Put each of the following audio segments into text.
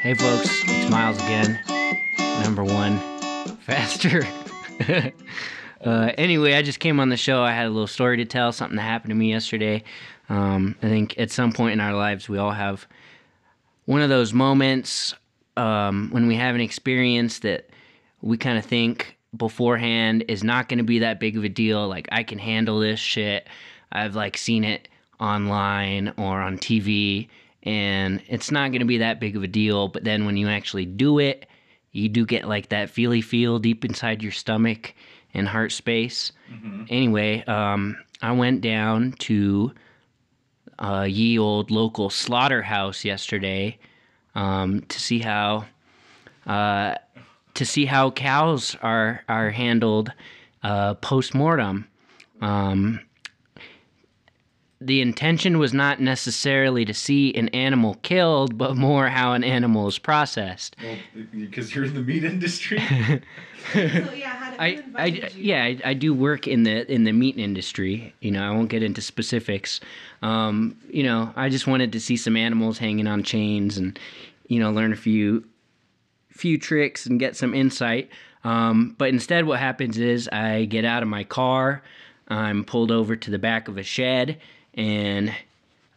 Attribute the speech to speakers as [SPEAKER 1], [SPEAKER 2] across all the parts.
[SPEAKER 1] Hey, folks, it's Miles again. Number one, faster. uh, anyway, I just came on the show. I had a little story to tell, something that happened to me yesterday. Um, I think at some point in our lives, we all have one of those moments um, when we have an experience that we kind of think beforehand is not going to be that big of a deal. Like, I can handle this shit. I've like seen it online or on TV, and it's not going to be that big of a deal. But then when you actually do it, you do get like that feely feel deep inside your stomach and heart space. Anyway, um, I went down to uh, ye old local slaughterhouse yesterday um, to see how uh, to see how cows are are handled uh, post mortem. Um, the intention was not necessarily to see an animal killed, but more how an animal is processed.
[SPEAKER 2] Well, because you're in the meat industry.
[SPEAKER 3] So Oh, yeah, had it
[SPEAKER 1] I,
[SPEAKER 3] been
[SPEAKER 1] I
[SPEAKER 3] invited you,
[SPEAKER 1] yeah, I, I do work in the in the meat industry. You know, I won't get into specifics. Um, you know, I just wanted to see some animals hanging on chains and you know learn a few few tricks and get some insight. Um, but instead, what happens is I get out of my car, I'm pulled over to the back of a shed, and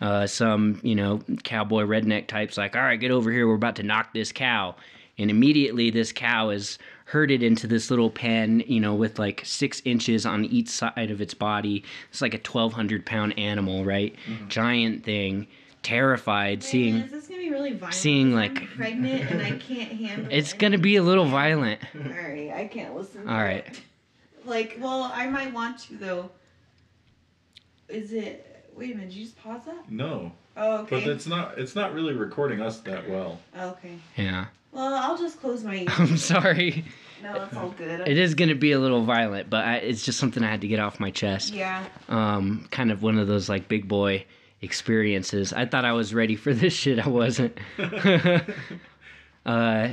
[SPEAKER 1] uh, some you know cowboy redneck types like, all right, get over here, we're about to knock this cow, and immediately this cow is herded into this little pen, you know, with like six inches on each side of its body. It's like a 1,200 pound animal, right? Giant thing, terrified,
[SPEAKER 3] "Wait,
[SPEAKER 1] seeing.
[SPEAKER 3] Is this gonna be really violent?
[SPEAKER 1] seeing,
[SPEAKER 3] I'm
[SPEAKER 1] like-
[SPEAKER 3] pregnant and I can't handle.
[SPEAKER 1] It's gonna be a little violent.
[SPEAKER 3] All right, I can't listen. to
[SPEAKER 1] All
[SPEAKER 3] it.
[SPEAKER 1] right.
[SPEAKER 3] Like, well, I might want to though. Is it? Wait a minute. Did you just pause that?
[SPEAKER 2] no,
[SPEAKER 3] Oh,
[SPEAKER 2] but
[SPEAKER 3] okay. Oh,
[SPEAKER 2] it's not. It's not really recording us that well.
[SPEAKER 3] Okay.
[SPEAKER 1] Yeah.
[SPEAKER 3] Well, I'll just close my. ears.
[SPEAKER 1] I'm sorry.
[SPEAKER 3] No, it's all good.
[SPEAKER 1] It is gonna be a little violent, but I, it's just something I had to get off my chest.
[SPEAKER 3] yeah.
[SPEAKER 1] Um, kind of one of those like big boy experiences. I thought I was ready for this shit. I wasn't. uh,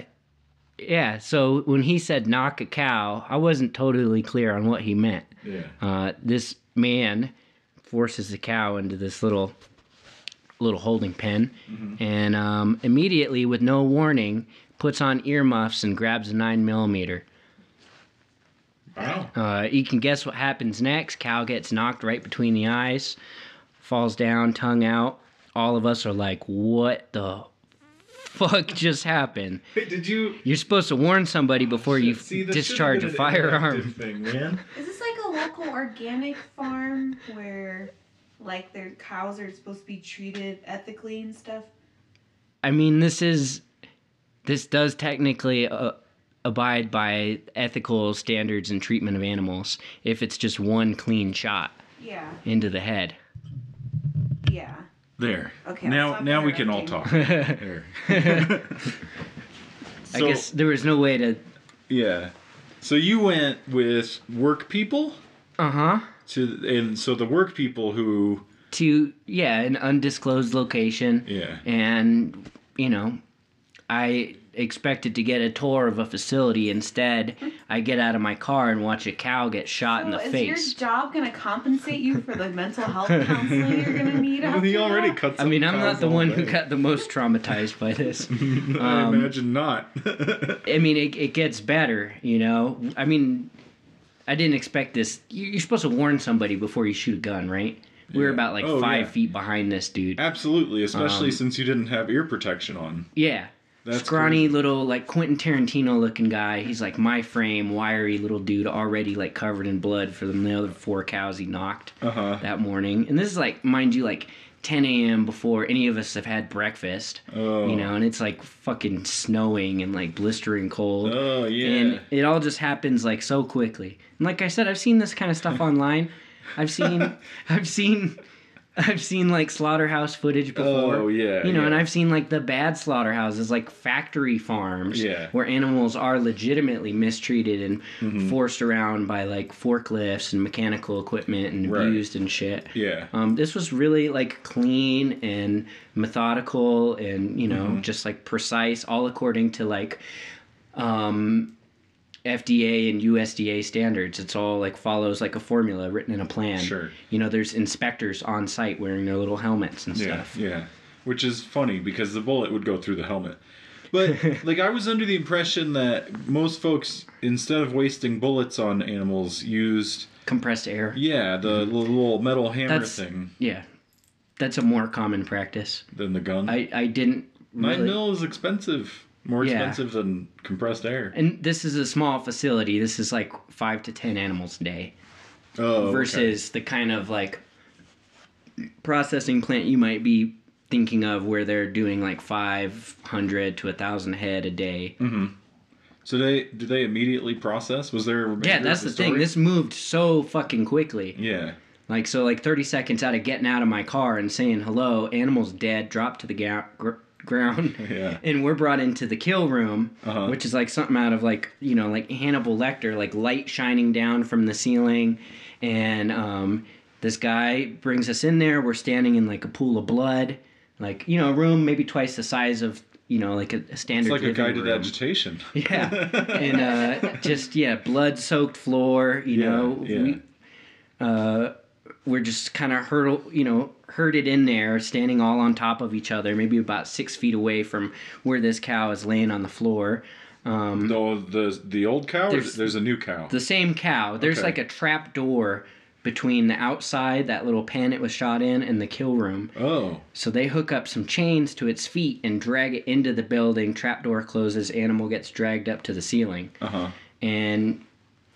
[SPEAKER 1] yeah. So when he said knock a cow, I wasn't totally clear on what he meant.
[SPEAKER 2] Yeah.
[SPEAKER 1] Uh, this man forces the cow into this little little holding pen and um, immediately with no warning puts on earmuffs and grabs a 9 millimeter
[SPEAKER 2] Wow.
[SPEAKER 1] uh, you can guess what happens next cow gets knocked right between the eyes falls down tongue out all of us are like what the fuck just happened
[SPEAKER 2] Wait, did you?
[SPEAKER 1] you're supposed to warn somebody before you
[SPEAKER 2] Shit, see, this should've
[SPEAKER 1] discharge a
[SPEAKER 2] been an interactive
[SPEAKER 1] firearm
[SPEAKER 2] Thing, man.
[SPEAKER 3] Is this like a local organic farm where, like, their cows are supposed to be treated ethically and stuff?
[SPEAKER 1] I mean, this is this does technically uh, abide by ethical standards and treatment of animals if it's just one clean shot
[SPEAKER 3] Yeah.
[SPEAKER 1] into the head.
[SPEAKER 3] Yeah.
[SPEAKER 2] There.
[SPEAKER 3] Okay, I'll stop interrupting.
[SPEAKER 1] I
[SPEAKER 2] There. so,
[SPEAKER 1] guess there was no way to.
[SPEAKER 2] Yeah. So you went with work people
[SPEAKER 1] Uh huh.
[SPEAKER 2] to, and so the work people who.
[SPEAKER 1] To yeah, an undisclosed location.
[SPEAKER 2] Yeah.
[SPEAKER 1] And you know, I expected to get a tour of a facility. Instead, I get out of my car and watch a cow get shot in
[SPEAKER 3] So
[SPEAKER 1] the
[SPEAKER 3] is
[SPEAKER 1] face.
[SPEAKER 3] your job gonna compensate you for the mental health counseling you're gonna need?
[SPEAKER 2] Well,
[SPEAKER 3] after
[SPEAKER 2] he already
[SPEAKER 3] that?
[SPEAKER 2] cuts.
[SPEAKER 1] I mean, I'm not the one who um, got the most traumatized by this.
[SPEAKER 2] I imagine not.
[SPEAKER 1] I mean, it, it gets better, you know? I mean, I didn't expect this. You- You're supposed to warn somebody before you shoot a gun, right? We were
[SPEAKER 2] Yeah.
[SPEAKER 1] about like
[SPEAKER 2] Oh,
[SPEAKER 1] five
[SPEAKER 2] yeah.
[SPEAKER 1] feet behind this dude.
[SPEAKER 2] Absolutely, especially
[SPEAKER 1] Um,
[SPEAKER 2] since you didn't have ear protection on.
[SPEAKER 1] Yeah.
[SPEAKER 2] That's
[SPEAKER 1] Scrawny
[SPEAKER 2] crazy.
[SPEAKER 1] little, like Quentin Tarantino looking guy. He's like my frame, wiry little dude, already like covered in blood from the other four cows he knocked
[SPEAKER 2] Uh huh.
[SPEAKER 1] that morning. And this is like, mind you, like 10 a.m. before any of us have had breakfast.
[SPEAKER 2] Oh.
[SPEAKER 1] You know, and it's like fucking snowing and like blistering cold.
[SPEAKER 2] Oh yeah.
[SPEAKER 1] And it all just happens like so quickly. And like I said, I've seen this kind of stuff online. I've seen, I've seen, I've seen like slaughterhouse footage before.
[SPEAKER 2] Oh, yeah,
[SPEAKER 1] You know, and
[SPEAKER 2] yeah.
[SPEAKER 1] I've seen like the bad slaughterhouses, like factory farms,
[SPEAKER 2] Yeah. Mm-hmm.
[SPEAKER 1] where animals are legitimately mistreated and forced around by like forklifts and mechanical equipment and
[SPEAKER 2] Right.
[SPEAKER 1] abused and shit.
[SPEAKER 2] yeah.
[SPEAKER 1] Um, this was really like clean and methodical and you know
[SPEAKER 2] Mm-hmm.
[SPEAKER 1] just like precise, all according to like um, FDA and USDA standards. It's all like follows like a formula written in a plan.
[SPEAKER 2] Sure.
[SPEAKER 1] You know, there's inspectors on site wearing their little helmets and
[SPEAKER 2] Yeah,
[SPEAKER 1] stuff.
[SPEAKER 2] yeah. Which is funny because the bullet would go through the helmet. But like I was under the impression that most folks, instead of wasting bullets on animals, used
[SPEAKER 1] compressed air.
[SPEAKER 2] yeah the little- little metal hammer
[SPEAKER 1] Mm-hmm. That's-
[SPEAKER 2] thing
[SPEAKER 1] Yeah, that's a more common practice.
[SPEAKER 2] than the gun.
[SPEAKER 1] I I didn't
[SPEAKER 2] Nine
[SPEAKER 1] really.
[SPEAKER 2] mil is expensive, more
[SPEAKER 1] Yeah.
[SPEAKER 2] expensive than compressed air.
[SPEAKER 1] And this is a small facility. This is like five to ten animals a day
[SPEAKER 2] Oh, okay.
[SPEAKER 1] versus the kind of like processing plant you might be thinking of where they're doing like 500 to 1000 head a day
[SPEAKER 2] Mm-hmm. So they do they immediately process? Was there a remainder
[SPEAKER 1] yeah
[SPEAKER 2] of
[SPEAKER 1] that's the, thing
[SPEAKER 2] story?
[SPEAKER 1] this moved so fucking quickly
[SPEAKER 2] yeah.
[SPEAKER 1] Like so, like thirty seconds out of getting out of my car and saying hello, animal's dead, dropped to the ga- gr- ground,
[SPEAKER 2] Yeah.
[SPEAKER 1] and we're brought into the kill room,
[SPEAKER 2] Uh-huh.
[SPEAKER 1] which is like something out of like you know like Hannibal Lecter, like light shining down from the ceiling, and um, this guy brings us in there. We're standing in like a pool of blood, like you know a room maybe twice the size of you know like a, a
[SPEAKER 2] It's
[SPEAKER 1] standard.
[SPEAKER 2] like a
[SPEAKER 1] living
[SPEAKER 2] guided
[SPEAKER 1] room.
[SPEAKER 2] agitation.
[SPEAKER 1] Yeah, and uh, just yeah, blood soaked floor. You
[SPEAKER 2] Yeah,
[SPEAKER 1] know,
[SPEAKER 2] yeah.
[SPEAKER 1] We, uh, we're just kind of hurdle, you know, herded in there, standing all on top of each other, maybe about six feet away from where this cow is laying on the floor. Um,
[SPEAKER 2] No, the the old cow. There's,
[SPEAKER 1] There's-
[SPEAKER 2] there's a new cow.
[SPEAKER 1] the same cow. There's
[SPEAKER 2] Okay.
[SPEAKER 1] like a trap door between the outside, that little pen it was shot in, and the kill room.
[SPEAKER 2] oh,
[SPEAKER 1] So they hook up some chains to its feet and drag it into the building. Trap door closes. Animal gets dragged up to the ceiling.
[SPEAKER 2] uh huh.
[SPEAKER 1] and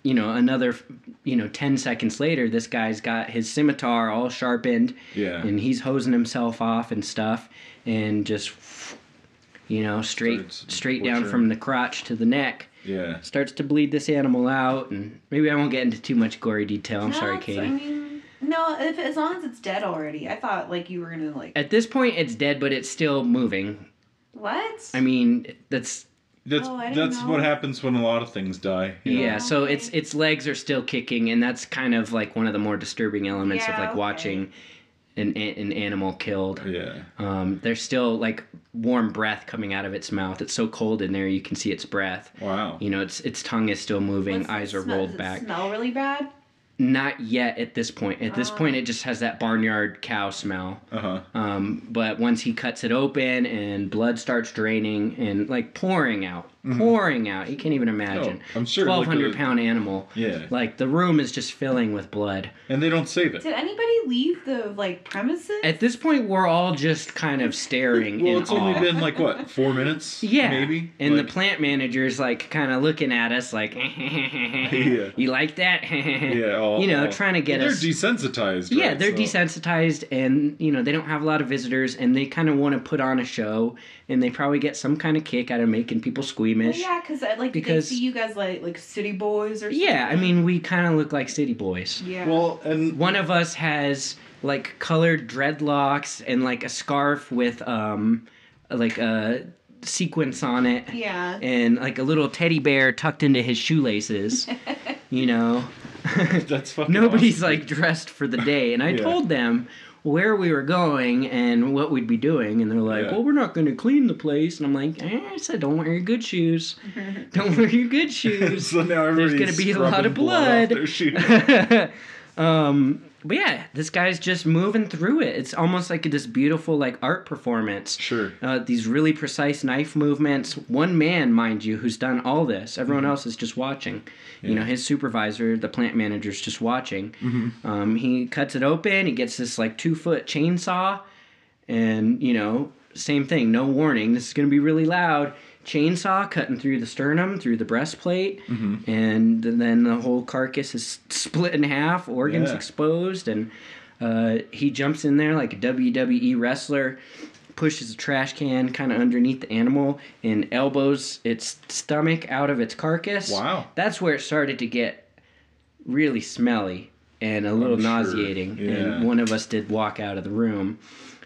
[SPEAKER 1] you know another you know 10 seconds later this guy's got his scimitar all sharpened
[SPEAKER 2] Yeah.
[SPEAKER 1] and he's hosing himself off and stuff and just you know straight
[SPEAKER 2] Starts
[SPEAKER 1] straight down
[SPEAKER 2] butchering.
[SPEAKER 1] from the crotch to the neck
[SPEAKER 2] Yeah.
[SPEAKER 1] starts to bleed this animal out and maybe i won't get into too much gory detail i'm
[SPEAKER 3] No,
[SPEAKER 1] sorry
[SPEAKER 3] it's-
[SPEAKER 1] katie
[SPEAKER 3] I mean, no, if, as long as it's dead already. I thought like you were gonna like
[SPEAKER 1] at this point it's dead but it's still moving
[SPEAKER 3] what?
[SPEAKER 1] i mean that's
[SPEAKER 2] That's
[SPEAKER 3] Oh, I didn't
[SPEAKER 2] that's what
[SPEAKER 3] know.
[SPEAKER 2] happens when a lot of things die. you
[SPEAKER 1] yeah,
[SPEAKER 2] know?
[SPEAKER 1] so its its legs are still kicking and that's kind of like one of the more disturbing elements of
[SPEAKER 3] Yeah,
[SPEAKER 1] like
[SPEAKER 3] okay.
[SPEAKER 1] watching an, an an animal killed
[SPEAKER 2] Yeah.
[SPEAKER 1] Um, there's still like warm breath coming out of its mouth. It's so cold in there, you can see its breath.
[SPEAKER 2] Wow.
[SPEAKER 1] You know, its its tongue is still moving,
[SPEAKER 3] What's the
[SPEAKER 1] eyes are
[SPEAKER 3] smell-
[SPEAKER 1] rolled
[SPEAKER 3] does it
[SPEAKER 1] back.
[SPEAKER 3] Smell really bad.
[SPEAKER 1] Not yet at this point. At this
[SPEAKER 3] Ah.
[SPEAKER 1] point, it just has that barnyard cow smell.
[SPEAKER 2] Uh huh.
[SPEAKER 1] Um, but once he cuts it open and blood starts draining and like pouring out, pouring out, you can't even imagine.
[SPEAKER 2] Mm-hmm. Oh, I'm sure, like,
[SPEAKER 1] Twelve hundred
[SPEAKER 2] the-
[SPEAKER 1] pound animal.
[SPEAKER 2] Yeah.
[SPEAKER 1] Like the room is just filling with blood.
[SPEAKER 2] And they don't save it.
[SPEAKER 3] Did anybody leave the like premises?
[SPEAKER 1] At this point, we're all just kind of staring.
[SPEAKER 2] Well,
[SPEAKER 1] in
[SPEAKER 2] it's only
[SPEAKER 1] awe.
[SPEAKER 2] been like what four minutes?
[SPEAKER 1] Yeah.
[SPEAKER 2] Maybe.
[SPEAKER 1] And
[SPEAKER 2] Like,
[SPEAKER 1] the plant manager's like kind of looking at us like, you like that?
[SPEAKER 2] Yeah. all-
[SPEAKER 1] you know,
[SPEAKER 2] all-
[SPEAKER 1] trying to get
[SPEAKER 2] They're
[SPEAKER 1] us.
[SPEAKER 2] desensitized.
[SPEAKER 1] yeah,
[SPEAKER 2] right?
[SPEAKER 1] they're
[SPEAKER 2] So-
[SPEAKER 1] desensitized and, you know, they don't have a lot of visitors and they kind of want to put on a show and they probably get some kind of kick out of making people
[SPEAKER 3] well,
[SPEAKER 1] squeamish.
[SPEAKER 3] yeah, because I
[SPEAKER 1] Because-
[SPEAKER 3] like because they see you guys like like city boys or something.
[SPEAKER 1] Yeah, I mean, we kind of look like city boys.
[SPEAKER 3] yeah.
[SPEAKER 2] Well, and
[SPEAKER 1] One of us has like colored dreadlocks and like a scarf with um like a sequence on it.
[SPEAKER 3] yeah.
[SPEAKER 1] and like a little teddy bear tucked into his shoelaces. you know,
[SPEAKER 2] that's fucking.
[SPEAKER 1] nobody's
[SPEAKER 2] awesome.
[SPEAKER 1] like dressed for the day. And I
[SPEAKER 2] Yeah.
[SPEAKER 1] told them where we were going and what we'd be doing, and they're like,
[SPEAKER 2] Yeah.
[SPEAKER 1] "Well, we're not going to clean the place." And I'm like, eh, "I said, don't wear your good shoes. don't wear your good shoes."
[SPEAKER 2] so now everybody's
[SPEAKER 1] gonna be a lot
[SPEAKER 2] scrubbing
[SPEAKER 1] of
[SPEAKER 2] off
[SPEAKER 1] blood.
[SPEAKER 2] their shoes.
[SPEAKER 1] um, but yeah, this guy's just moving through it. It's almost like this beautiful like art performance.
[SPEAKER 2] sure.
[SPEAKER 1] Uh, these really precise knife movements. One man, mind you, who's done all this. Everyone else is just watching. You know, his supervisor, the plant manager, is just watching. Um, he cuts it open. He gets this like two foot chainsaw, and you know, same thing. No warning. This is going to be really loud. Chainsaw cutting through the sternum, through the breastplate,
[SPEAKER 2] Mm-hmm.
[SPEAKER 1] and then the whole carcass is split in half. Organs
[SPEAKER 2] Yeah.
[SPEAKER 1] exposed, and uh, he jumps in there like a WWE wrestler pushes a trash can kind of underneath the animal and elbows its stomach out of its carcass.
[SPEAKER 2] Wow.
[SPEAKER 1] That's where it started to get really smelly and a little
[SPEAKER 2] I'm sure.
[SPEAKER 1] nauseating.
[SPEAKER 2] Yeah.
[SPEAKER 1] And one of us did walk out of the room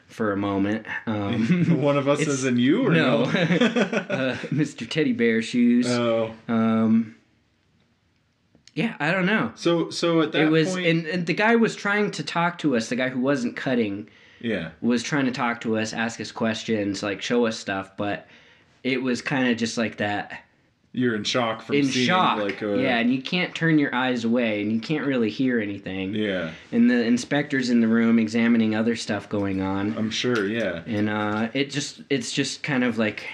[SPEAKER 1] for a moment. Um,
[SPEAKER 2] One of us
[SPEAKER 1] It's-
[SPEAKER 2] is in you or
[SPEAKER 1] no.
[SPEAKER 2] no?
[SPEAKER 1] uh, Mr. Teddy Bear Shoes.
[SPEAKER 2] oh,
[SPEAKER 1] um, yeah, I don't know.
[SPEAKER 2] so so at that
[SPEAKER 1] It was,
[SPEAKER 2] point,
[SPEAKER 1] and, and the guy was trying to talk to us, the guy who wasn't cutting.
[SPEAKER 2] yeah,
[SPEAKER 1] was trying to talk to us, ask us questions, like show us stuff, but it was kind of just like that
[SPEAKER 2] you're in shock from
[SPEAKER 1] in
[SPEAKER 2] seeing
[SPEAKER 1] shock.
[SPEAKER 2] like a
[SPEAKER 1] yeah, and you can't turn your eyes away and you can't really hear anything.
[SPEAKER 2] yeah,
[SPEAKER 1] And the inspector's in the room examining other stuff going on.
[SPEAKER 2] I'm sure, yeah,
[SPEAKER 1] And uh, it just it's just kind of like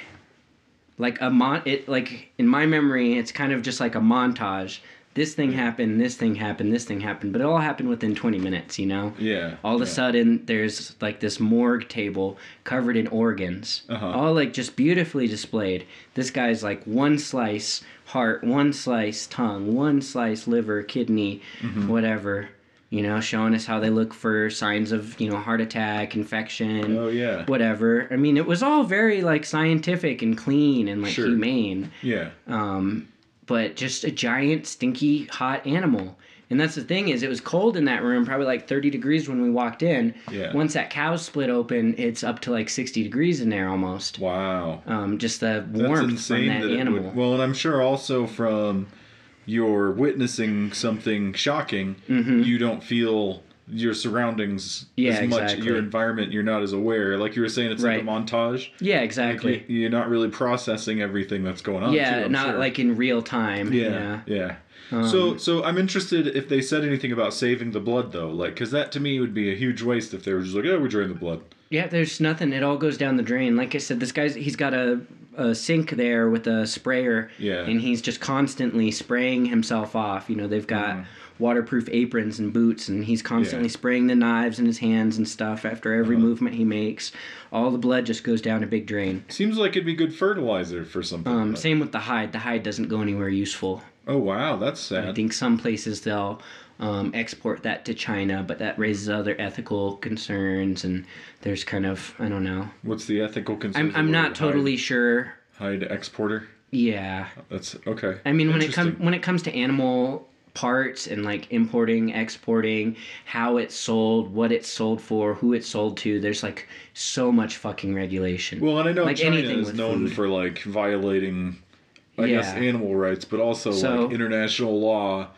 [SPEAKER 1] like a mon it like in my memory it's kind of just like a montage this thing happened this thing happened this thing happened but it all happened within 20 minutes you know
[SPEAKER 2] Yeah.
[SPEAKER 1] all of a
[SPEAKER 2] yeah.
[SPEAKER 1] sudden there's like this morgue table covered in organs
[SPEAKER 2] Uh-huh.
[SPEAKER 1] all like just beautifully displayed this guy's like one slice heart one slice tongue one slice liver kidney
[SPEAKER 2] Mm-hmm.
[SPEAKER 1] whatever you know showing us how they look for signs of you know heart attack infection
[SPEAKER 2] Oh yeah.
[SPEAKER 1] whatever i mean it was all very like scientific and clean and like
[SPEAKER 2] Sure.
[SPEAKER 1] humane
[SPEAKER 2] Yeah.
[SPEAKER 1] um, but just a giant stinky hot animal and that's the thing is it was cold in that room probably like 30 degrees when we walked in
[SPEAKER 2] Yeah.
[SPEAKER 1] once that cow's split open it's up to like 60 degrees in there almost
[SPEAKER 2] Wow.
[SPEAKER 1] um, just the
[SPEAKER 2] That's
[SPEAKER 1] warmth from
[SPEAKER 2] insane
[SPEAKER 1] that,
[SPEAKER 2] that, it
[SPEAKER 1] animal
[SPEAKER 2] would. Well, and I'm sure also from you're witnessing something shocking,
[SPEAKER 1] Mhm.
[SPEAKER 2] you don't feel your surroundings
[SPEAKER 1] Yeah,
[SPEAKER 2] as much,
[SPEAKER 1] exactly.
[SPEAKER 2] your environment, you're not as aware. Like you were saying, it's
[SPEAKER 1] Right.
[SPEAKER 2] like a montage.
[SPEAKER 1] yeah exactly
[SPEAKER 2] You, are not really processing everything that's going on.
[SPEAKER 1] yeah
[SPEAKER 2] too, I'm
[SPEAKER 1] not
[SPEAKER 2] sure.
[SPEAKER 1] like in real time
[SPEAKER 2] Yeah,
[SPEAKER 1] yeah,
[SPEAKER 2] yeah.
[SPEAKER 1] Um,
[SPEAKER 2] so, so I'm interested if they said anything about saving the blood though, like, because that to me would be a huge waste if they were just like, "Oh, we drain the blood."
[SPEAKER 1] Yeah, there's nothing. It all goes down the drain. Like I said, this guy's he's got a, a sink there with a sprayer.
[SPEAKER 2] Yeah.
[SPEAKER 1] And he's just constantly spraying himself off. You know, they've got waterproof aprons and boots, and he's constantly
[SPEAKER 2] Mm-hmm. Yeah. Uh-huh.
[SPEAKER 1] spraying the knives in his hands and stuff after every movement he makes. All the blood just goes down a big drain.
[SPEAKER 2] Seems like it'd be good fertilizer for something.
[SPEAKER 1] Um,
[SPEAKER 2] like-
[SPEAKER 1] Same with the hide. The hide doesn't go anywhere useful.
[SPEAKER 2] oh wow, that's
[SPEAKER 1] I
[SPEAKER 2] sad.
[SPEAKER 1] think some places they'll um, export that to China, but that raises other ethical concerns, and there's kind of, I don't know.
[SPEAKER 2] What's the ethical concern?
[SPEAKER 1] I'm, I'm not totally sure
[SPEAKER 2] hide exporter.
[SPEAKER 1] Yeah,
[SPEAKER 2] That's okay.
[SPEAKER 1] I mean when it comes
[SPEAKER 2] Oh, Interesting.
[SPEAKER 1] when it comes to animal parts and like importing, exporting, how it's sold, what it's sold for, who it's sold to, there's like so much fucking regulation.
[SPEAKER 2] Well, and I know
[SPEAKER 1] like
[SPEAKER 2] China
[SPEAKER 1] anything
[SPEAKER 2] is
[SPEAKER 1] with
[SPEAKER 2] known
[SPEAKER 1] food.
[SPEAKER 2] for like violating, I guess,
[SPEAKER 1] Yeah.
[SPEAKER 2] animal rights, but also
[SPEAKER 1] So-
[SPEAKER 2] like international law,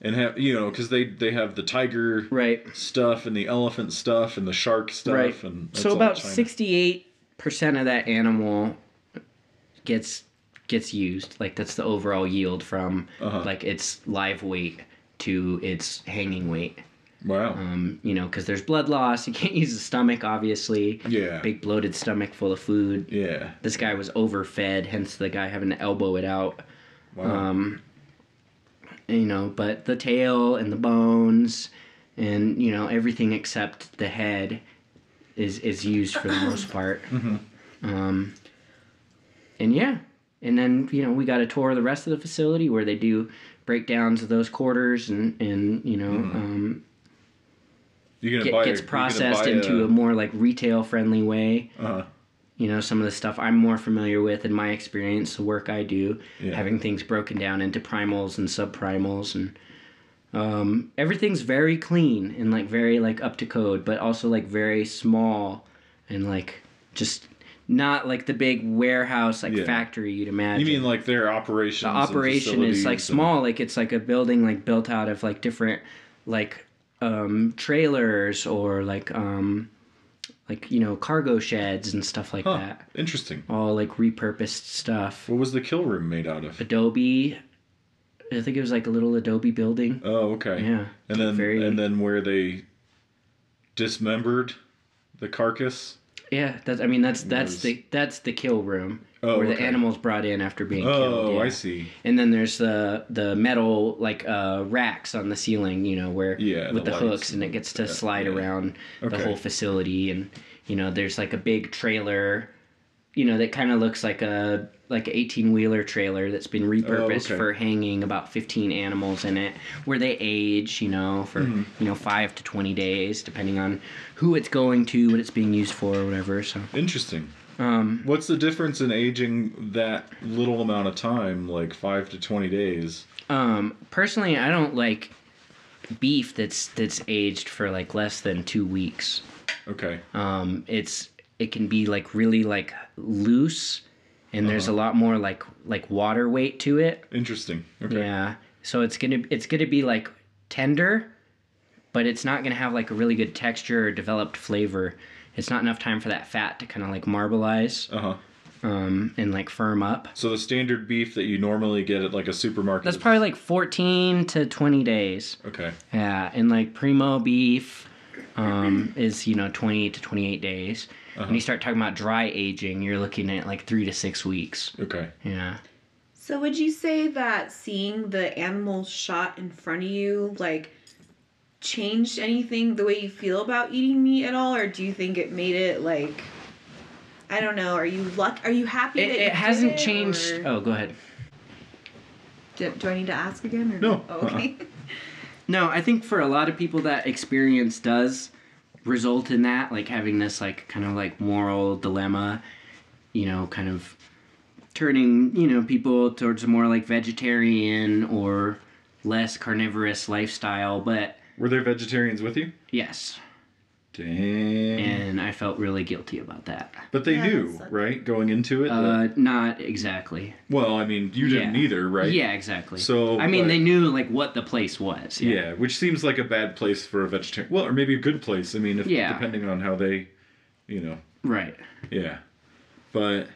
[SPEAKER 2] and have you know because they they have the tiger
[SPEAKER 1] right,
[SPEAKER 2] stuff and the elephant stuff and the shark stuff
[SPEAKER 1] right.
[SPEAKER 2] and that's
[SPEAKER 1] So
[SPEAKER 2] all
[SPEAKER 1] about
[SPEAKER 2] China.
[SPEAKER 1] sixty eight percent of that animal gets gets used. Like that's the overall yield from
[SPEAKER 2] Uh-huh.
[SPEAKER 1] like its live weight to its hanging weight.
[SPEAKER 2] Wow.
[SPEAKER 1] Um, you know, because there's blood loss. You can't use the stomach, obviously.
[SPEAKER 2] Yeah.
[SPEAKER 1] Big bloated stomach full of food.
[SPEAKER 2] yeah.
[SPEAKER 1] This guy was overfed, hence the guy having to elbow it out.
[SPEAKER 2] Wow.
[SPEAKER 1] Um, you know, but the tail and the bones, and you know everything except the head, is is used for the most part. Um, and yeah, and then you know we got a tour of the rest of the facility where they do breakdowns of those quarters and and you know um,
[SPEAKER 2] you're gonna
[SPEAKER 1] get,
[SPEAKER 2] buy
[SPEAKER 1] gets
[SPEAKER 2] a- you're gonna
[SPEAKER 1] processed
[SPEAKER 2] buy
[SPEAKER 1] into a, more like retail friendly way.
[SPEAKER 2] uh-huh.
[SPEAKER 1] You know, some of the stuff I'm more familiar with in my experience, the work I do,
[SPEAKER 2] Yeah.
[SPEAKER 1] having things broken down into primals and subprimals and um, everything's very clean and like very like up to code, but also like very small and like just not like the big warehouse like
[SPEAKER 2] Yeah.
[SPEAKER 1] factory you'd imagine.
[SPEAKER 2] You mean like their operations?
[SPEAKER 1] the
[SPEAKER 2] and
[SPEAKER 1] operation is
[SPEAKER 2] facilities
[SPEAKER 1] like
[SPEAKER 2] and-
[SPEAKER 1] small like it's like a building like built out of like different like um trailers or like um like you know cargo sheds and stuff like
[SPEAKER 2] Huh.
[SPEAKER 1] that
[SPEAKER 2] Interesting.
[SPEAKER 1] all like repurposed stuff
[SPEAKER 2] What was the kill room made out of?
[SPEAKER 1] adobe i think it was like a little adobe building
[SPEAKER 2] Oh, okay.
[SPEAKER 1] yeah
[SPEAKER 2] And then
[SPEAKER 1] very-
[SPEAKER 2] and then where they dismembered the carcass.
[SPEAKER 1] yeah that's i mean that's that's
[SPEAKER 2] Was-
[SPEAKER 1] the that's the kill room
[SPEAKER 2] Oh,
[SPEAKER 1] where the
[SPEAKER 2] okay.
[SPEAKER 1] animals brought in after being killed
[SPEAKER 2] Oh,
[SPEAKER 1] yeah.
[SPEAKER 2] I see.
[SPEAKER 1] And then there's the the metal like uh, racks on the ceiling, you know, where
[SPEAKER 2] Yeah,
[SPEAKER 1] with the,
[SPEAKER 2] the
[SPEAKER 1] hooks,
[SPEAKER 2] lights
[SPEAKER 1] and it
[SPEAKER 2] and-
[SPEAKER 1] gets to slide
[SPEAKER 2] yeah.
[SPEAKER 1] around the
[SPEAKER 2] Okay.
[SPEAKER 1] whole facility, and you know, there's like a big trailer, you know, that kind of looks like a like an 18 wheeler trailer that's been repurposed
[SPEAKER 2] Oh, okay.
[SPEAKER 1] for hanging about 15 animals in it, where they age, you know, for
[SPEAKER 2] Mm-hmm.
[SPEAKER 1] you know five to 20 days, depending on who it's going to, what it's being used for, or whatever. So
[SPEAKER 2] Interesting.
[SPEAKER 1] um,
[SPEAKER 2] What's the difference in aging that little amount of time, like five to twenty days?
[SPEAKER 1] Um, personally, I don't like beef that's that's aged for like less than two weeks.
[SPEAKER 2] Okay.
[SPEAKER 1] Um, it's it can be like really like loose, and there's a lot more like like water weight to it.
[SPEAKER 2] Interesting. Okay.
[SPEAKER 1] Yeah, so it's gonna it's gonna be like tender, but it's not gonna have like a really good texture or developed flavor. It's not enough time for that fat to kind of like marbleize
[SPEAKER 2] Uh huh.
[SPEAKER 1] um, and like firm up.
[SPEAKER 2] So the standard beef that you normally get at like a supermarket.
[SPEAKER 1] That's
[SPEAKER 2] is-
[SPEAKER 1] probably like 14 to 20 days.
[SPEAKER 2] Okay.
[SPEAKER 1] Yeah, and like primo beef, um, is you know 28 to 28 days. When
[SPEAKER 2] Uh-huh.
[SPEAKER 1] you start talking about dry aging, you're looking at like three to six weeks.
[SPEAKER 2] Okay.
[SPEAKER 1] Yeah.
[SPEAKER 3] So would you say that seeing the animal shot in front of you like changed anything the way you feel about eating meat at all or do you think it made it like I don't know, are you luck are you happy
[SPEAKER 1] It,
[SPEAKER 3] that
[SPEAKER 1] it
[SPEAKER 3] you
[SPEAKER 1] hasn't
[SPEAKER 3] did it,
[SPEAKER 1] changed.
[SPEAKER 3] or-
[SPEAKER 1] Oh, go ahead.
[SPEAKER 3] do, do I need to ask again or
[SPEAKER 2] No.
[SPEAKER 3] Oh, okay.
[SPEAKER 1] No, I think for a lot of people that experience does result in that, like having this like kind of like moral dilemma, you know, kind of turning, you know, people towards a more like vegetarian or less carnivorous lifestyle, but
[SPEAKER 2] Were there vegetarians with you?
[SPEAKER 1] yes.
[SPEAKER 2] Damn.
[SPEAKER 1] And I felt really guilty about that.
[SPEAKER 2] but they
[SPEAKER 3] Yeah,
[SPEAKER 2] knew,
[SPEAKER 3] that's-
[SPEAKER 2] right? Going into it. that-
[SPEAKER 1] Uh not exactly.
[SPEAKER 2] well, I mean, you didn't
[SPEAKER 1] yeah.
[SPEAKER 2] either, right?
[SPEAKER 1] Yeah, exactly.
[SPEAKER 2] So,
[SPEAKER 1] I mean,
[SPEAKER 2] but-
[SPEAKER 1] they knew like what the place was.
[SPEAKER 2] Yeah. which seems like a bad place for a vegetarian. Well, or maybe a good place. I mean, if,
[SPEAKER 1] Yeah.
[SPEAKER 2] depending on how they, you know,
[SPEAKER 1] Right.
[SPEAKER 2] yeah. But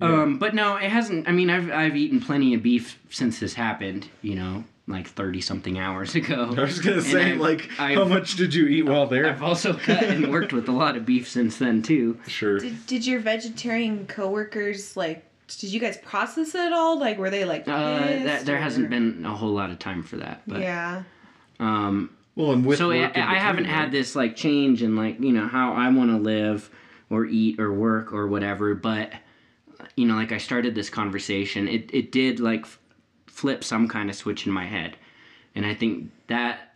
[SPEAKER 2] Yeah.
[SPEAKER 1] Um, but no, it hasn't. I mean, I've I've eaten plenty of beef since this happened. You know, like thirty something hours ago.
[SPEAKER 2] I was gonna
[SPEAKER 1] And
[SPEAKER 2] say,
[SPEAKER 1] I've-
[SPEAKER 2] like,
[SPEAKER 1] I've,
[SPEAKER 2] how much did you eat while there?
[SPEAKER 1] I've also cut and worked with a lot of beef since then too.
[SPEAKER 2] sure.
[SPEAKER 3] Did, did your vegetarian coworkers like? Did you guys process it at all? Like, were they like?
[SPEAKER 1] Uh, that,
[SPEAKER 3] pissed,
[SPEAKER 1] there
[SPEAKER 3] or-
[SPEAKER 1] hasn't been a whole lot of time for that. But
[SPEAKER 3] Yeah.
[SPEAKER 1] um,
[SPEAKER 2] Well, and with
[SPEAKER 1] so
[SPEAKER 2] work
[SPEAKER 1] I,
[SPEAKER 2] in between,
[SPEAKER 1] I haven't had
[SPEAKER 2] right?
[SPEAKER 1] this like change in like you know how I want to live or eat or work or whatever. But you know, like I started this conversation, it it did like f- flip some kind of switch in my head, and I think that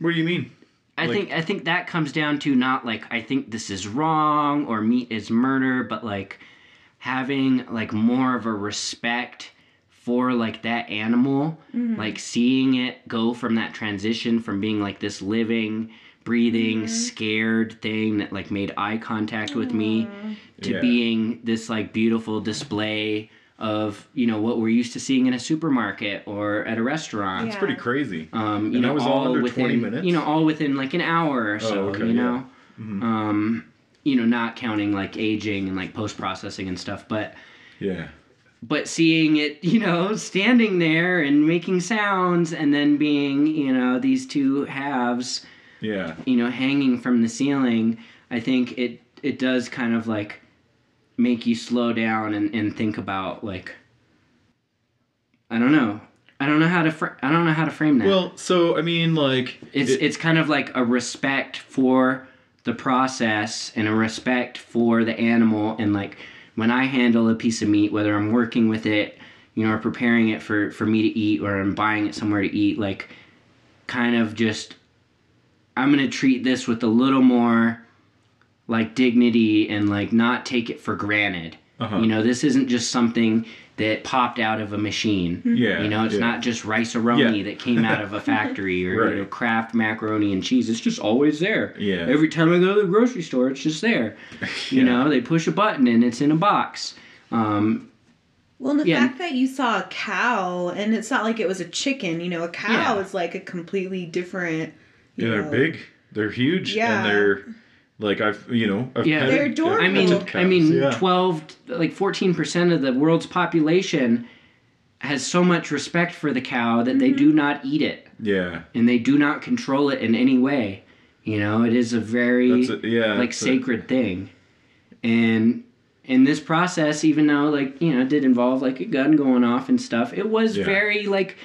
[SPEAKER 2] What do you mean?
[SPEAKER 1] I
[SPEAKER 2] Like-
[SPEAKER 1] think I think that comes down to not like I think this is wrong or meat is murder, but like having like more of a respect for like that animal,
[SPEAKER 2] Mm-hmm.
[SPEAKER 1] like seeing it go from that transition from being like this living, breathing,
[SPEAKER 2] Mm-hmm.
[SPEAKER 1] scared thing that like made eye contact with me to
[SPEAKER 2] Mm-hmm. Yeah.
[SPEAKER 1] being this like beautiful display of, you know, what we're used to seeing in a supermarket or at a restaurant.
[SPEAKER 3] Yeah.
[SPEAKER 2] It's pretty crazy.
[SPEAKER 1] Um, you
[SPEAKER 2] And
[SPEAKER 1] know,
[SPEAKER 2] that was all
[SPEAKER 1] all,
[SPEAKER 2] under
[SPEAKER 1] within
[SPEAKER 2] 20 minutes? Oh,
[SPEAKER 1] you know all within like an hour or so.
[SPEAKER 2] okay,
[SPEAKER 1] you
[SPEAKER 2] yeah. Mm-hmm.
[SPEAKER 1] know, um, you know, not counting like aging and like post processing and stuff, but
[SPEAKER 2] yeah.
[SPEAKER 1] but seeing it, you know, standing there and making sounds, and then being you know these two halves,
[SPEAKER 2] Yeah.
[SPEAKER 1] you know, hanging from the ceiling. I think it it does kind of like make you slow down and, and think about like I don't know. I don't know how to fr- I don't know how to frame that.
[SPEAKER 2] Well, so I mean, like,
[SPEAKER 1] It's
[SPEAKER 2] it-
[SPEAKER 1] it's kind of like a respect for the process and a respect for the animal and like when I handle a piece of meat, whether I'm working with it, you know, or preparing it for for me to eat, or I'm buying it somewhere to eat, like kind of just I'm gonna treat this with a little more like dignity and like not take it for granted.
[SPEAKER 2] Uh-huh.
[SPEAKER 1] You know, this isn't just something that popped out of a machine.
[SPEAKER 2] yeah.
[SPEAKER 1] You know, it's
[SPEAKER 2] yeah.
[SPEAKER 1] not just rice-a-roni
[SPEAKER 2] Yeah.
[SPEAKER 1] that came out of a factory or
[SPEAKER 2] Right.
[SPEAKER 1] you know, Kraft macaroni and cheese. It's just always there.
[SPEAKER 2] Yeah.
[SPEAKER 1] Every time I go to the grocery store, it's just there. You
[SPEAKER 2] Yeah.
[SPEAKER 1] know, they push a button and it's in a box. Um,
[SPEAKER 3] Well, and the
[SPEAKER 1] Yeah.
[SPEAKER 3] fact that you saw a cow, and it's not like it was a chicken. You know, a cow
[SPEAKER 1] Yeah.
[SPEAKER 3] is like a completely different. you
[SPEAKER 2] Yeah, they're
[SPEAKER 3] know-
[SPEAKER 2] big. They're huge.
[SPEAKER 3] Yeah.
[SPEAKER 2] And they're like I've you know I've
[SPEAKER 1] Yeah.
[SPEAKER 2] petted-
[SPEAKER 1] They're
[SPEAKER 3] adorable.
[SPEAKER 1] I mean,
[SPEAKER 2] petted
[SPEAKER 1] I
[SPEAKER 2] cows,
[SPEAKER 1] mean,
[SPEAKER 2] yeah.
[SPEAKER 1] twelve, like fourteen percent of the world's population has so much respect for the cow that they
[SPEAKER 2] Mm-hmm.
[SPEAKER 1] do not eat it
[SPEAKER 2] Yeah.
[SPEAKER 1] and they do not control it in any way. You know, it is a very
[SPEAKER 2] That's a, yeah.
[SPEAKER 1] like
[SPEAKER 2] it's a-
[SPEAKER 1] sacred thing. And in this process, even though like you know it did involve like a gun going off and stuff, it was
[SPEAKER 2] Yeah.
[SPEAKER 1] very like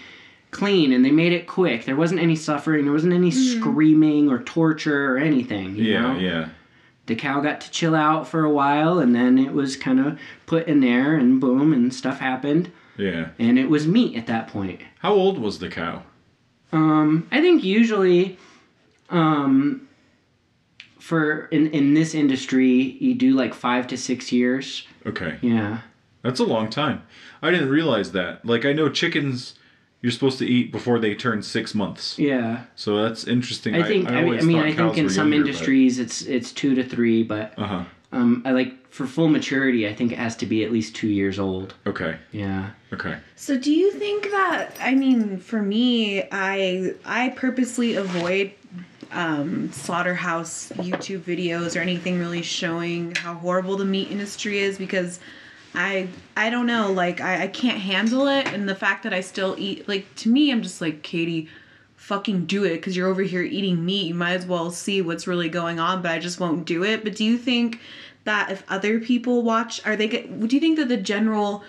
[SPEAKER 1] clean, and they made it quick. There wasn't any suffering. There wasn't any screaming or torture or anything. You
[SPEAKER 2] yeah.
[SPEAKER 1] know?
[SPEAKER 2] Yeah.
[SPEAKER 1] The cow got to chill out for a while, and then it was kind of put in there, and boom, and stuff happened,
[SPEAKER 2] Yeah.
[SPEAKER 1] and it was meat at that point.
[SPEAKER 2] How old was the cow?
[SPEAKER 1] Um, I think usually, um, for in in this industry, you do like five to six years.
[SPEAKER 2] Okay.
[SPEAKER 1] Yeah.
[SPEAKER 2] That's a long time. I didn't realize that. Like I know chickens you're supposed to eat before they turn 6 months.
[SPEAKER 1] Yeah,
[SPEAKER 2] So that's interesting.
[SPEAKER 1] I think. I, mean, I
[SPEAKER 2] always
[SPEAKER 1] mean,
[SPEAKER 2] thought
[SPEAKER 1] I think
[SPEAKER 2] cows
[SPEAKER 1] in
[SPEAKER 2] were
[SPEAKER 1] some
[SPEAKER 2] younger, but-
[SPEAKER 1] industries it's it's two to three, but
[SPEAKER 2] Uh-huh.
[SPEAKER 1] um, I like for full maturity, I think it has to be at least two years old.
[SPEAKER 2] Okay.
[SPEAKER 1] Yeah.
[SPEAKER 2] Okay.
[SPEAKER 3] So, do you think that? I mean, for me, I I purposely avoid um, slaughterhouse YouTube videos or anything really showing how horrible the meat industry is because I I don't know, like I, I can't handle it, and the fact that I still eat like to me, I'm just like Katie. fucking do it because you're over here eating meat. You might as well see what's really going on, but I just won't do it. But do you think that if other people watch, are they, get, do you think that the general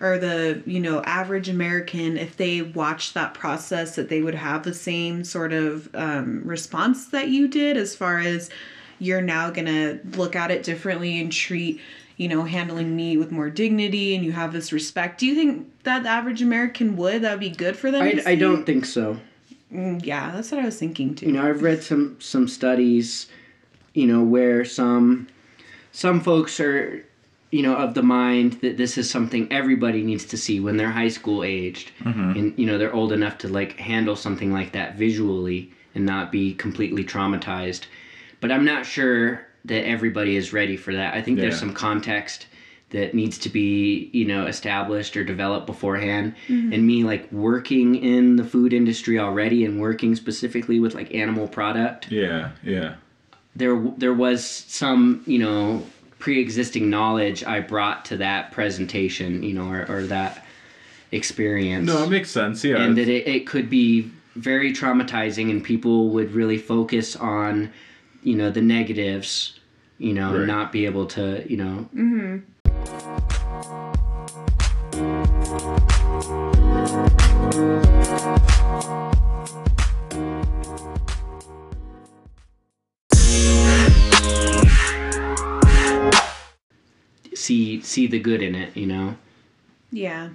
[SPEAKER 3] or the, you know, average American, if they watched that process, that they would have the same sort of um, response that you did as far as you're now gonna look at it differently and treat you know, handling meat with more dignity and you have this respect. Do you think that the average American would? That would be good for them?
[SPEAKER 1] I,
[SPEAKER 3] to
[SPEAKER 1] I
[SPEAKER 3] see?
[SPEAKER 1] don't think so.
[SPEAKER 3] Mm, Yeah, that's what I was thinking too.
[SPEAKER 1] you know i've read some some studies you know where some some folks are you know of the mind that this is something everybody needs to see when they're high school aged and you know they're old enough to like handle something like that visually and not be completely traumatized but i'm not sure that everybody is ready for that i think there's
[SPEAKER 2] Yeah.
[SPEAKER 1] some context that needs to be you know established or developed beforehand and me like working in the food industry already and working specifically with like animal product
[SPEAKER 2] Yeah, yeah.
[SPEAKER 1] there there was some you know pre-existing knowledge i brought to that presentation you know or, or that experience
[SPEAKER 2] No, it makes sense. Yeah.
[SPEAKER 1] and that it, it could be very traumatizing and people would really focus on you know the negatives you know and
[SPEAKER 2] Right.
[SPEAKER 1] not be able to you know Mm-hmm. see see the good in it you know
[SPEAKER 3] Yeah.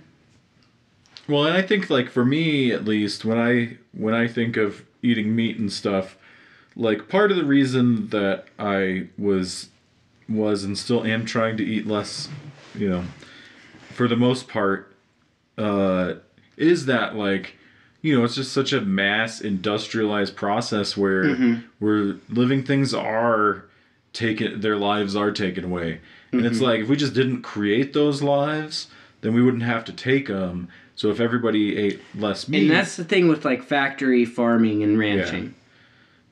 [SPEAKER 2] Well, and I think like for me at least, when I when I think of eating meat and stuff, like part of the reason that I was was and still am trying to eat less, you know, for the most part, uh, is that like, you know, it's just such a mass industrialized process where where living things are taken, their lives are taken away, and it's like if we just didn't create those lives, then we wouldn't have to take them. So if everybody ate less meat,
[SPEAKER 1] and that's the thing with like factory farming and ranching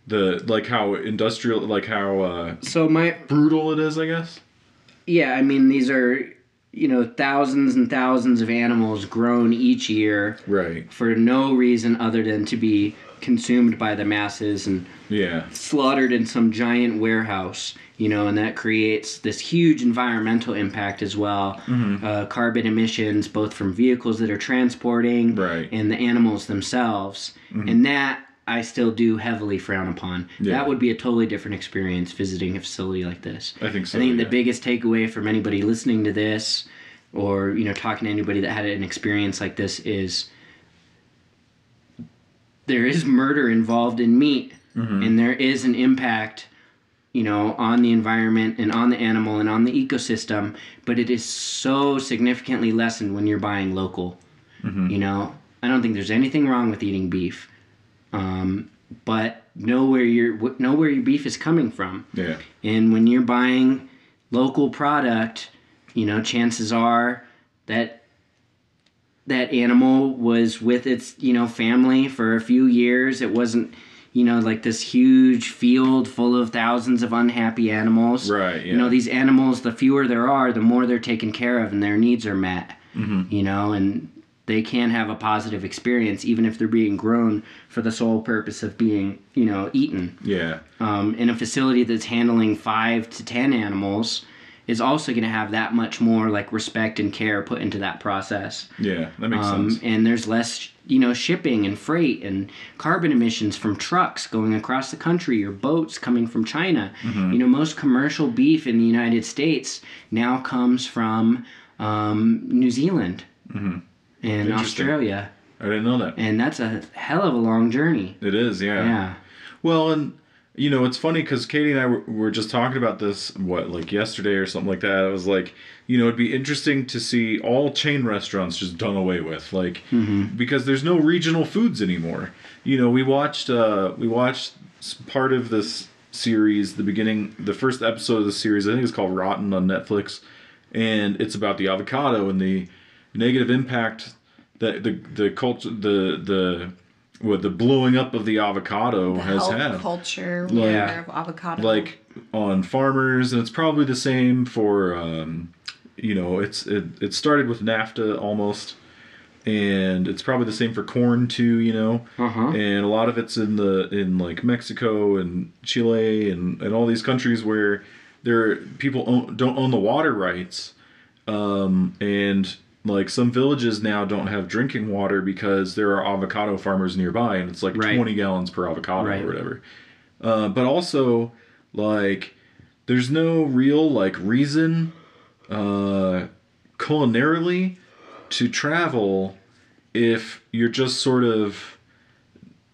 [SPEAKER 2] the like how industrial, like how uh,
[SPEAKER 1] so my
[SPEAKER 2] brutal it is, I guess.
[SPEAKER 1] Yeah, I mean these are you know thousands and thousands of animals grown each year
[SPEAKER 2] Right.
[SPEAKER 1] for no reason other than to be consumed by the masses and
[SPEAKER 2] Yeah.
[SPEAKER 1] slaughtered in some giant warehouse you know and that creates this huge environmental impact as well
[SPEAKER 2] Mm-hmm.
[SPEAKER 1] uh, carbon emissions both from vehicles that are transporting
[SPEAKER 2] Right. Mm-hmm.
[SPEAKER 1] and the animals themselves and that i still do heavily frown upon
[SPEAKER 2] Yeah.
[SPEAKER 1] that would be a totally different experience visiting a facility like this
[SPEAKER 2] I think so,
[SPEAKER 1] i think the
[SPEAKER 2] yeah.
[SPEAKER 1] biggest takeaway from anybody listening to this or you know talking to anybody that had an experience like this is there is murder involved in meat
[SPEAKER 2] Mm-hmm.
[SPEAKER 1] and there is an impact you know on the environment and on the animal and on the ecosystem but it is so significantly lessened when you're buying local
[SPEAKER 2] Mm-hmm.
[SPEAKER 1] you know i don't think there's anything wrong with eating beef um, but know where your wh- know where your beef is coming from
[SPEAKER 2] Yeah.
[SPEAKER 1] and when you're buying local product, you know, chances are that that animal was with its, you know, family for a few years. It wasn't, you know, like this huge field full of thousands of unhappy animals.
[SPEAKER 2] Right,
[SPEAKER 1] You know,
[SPEAKER 2] yeah.
[SPEAKER 1] these animals, the fewer there are, the more they're taken care of and their needs are met.
[SPEAKER 2] Mm-hmm.
[SPEAKER 1] You know, and they can have a positive experience even if they're being grown for the sole purpose of being, you know, eaten
[SPEAKER 2] Yeah.
[SPEAKER 1] um, in a facility that's handling five to ten animals is also going to have that much more like respect and care put into that process
[SPEAKER 2] Yeah. That makes
[SPEAKER 1] um,
[SPEAKER 2] sense.
[SPEAKER 1] and there's less you know shipping and freight and carbon emissions from trucks going across the country or boats coming from china you know most commercial beef in the united states now comes from um, new zealand and
[SPEAKER 2] Interesting.
[SPEAKER 1] australia
[SPEAKER 2] I didn't know that.
[SPEAKER 1] and that's a hell of a long journey
[SPEAKER 2] It is.
[SPEAKER 1] yeah
[SPEAKER 2] Well, and you know, it's funny because Katie and I were, were just talking about this, what, like yesterday or something like that. I was like, you know, it'd be interesting to see all chain restaurants just done away with, like, because there's no regional foods anymore. You know, we watched, uh, we watched s- part of this series, the beginning, the first episode of the series, I think it's called Rotten on Netflix, and it's about the avocado and the negative impact that the the culture the the what the blowing up of the avocado
[SPEAKER 3] The
[SPEAKER 2] has
[SPEAKER 3] health
[SPEAKER 2] had
[SPEAKER 3] culture
[SPEAKER 2] Like-
[SPEAKER 3] where of avocado.
[SPEAKER 2] like on farmers and it's probably the same for um, you know it's it, it started with nafta almost and it's probably the same for corn too. You know,
[SPEAKER 1] Uh-huh.
[SPEAKER 2] and a lot of it's in the in like Mexico and Chile and and all these countries where there people own, don't own the water rights, um, and like some villages now don't have drinking water because there are avocado farmers nearby, and it's like
[SPEAKER 1] Right.
[SPEAKER 2] twenty gallons per avocado
[SPEAKER 1] Right.
[SPEAKER 2] or whatever. Uh, but also, like, there's no real like reason uh, culinarily to travel if you're just sort of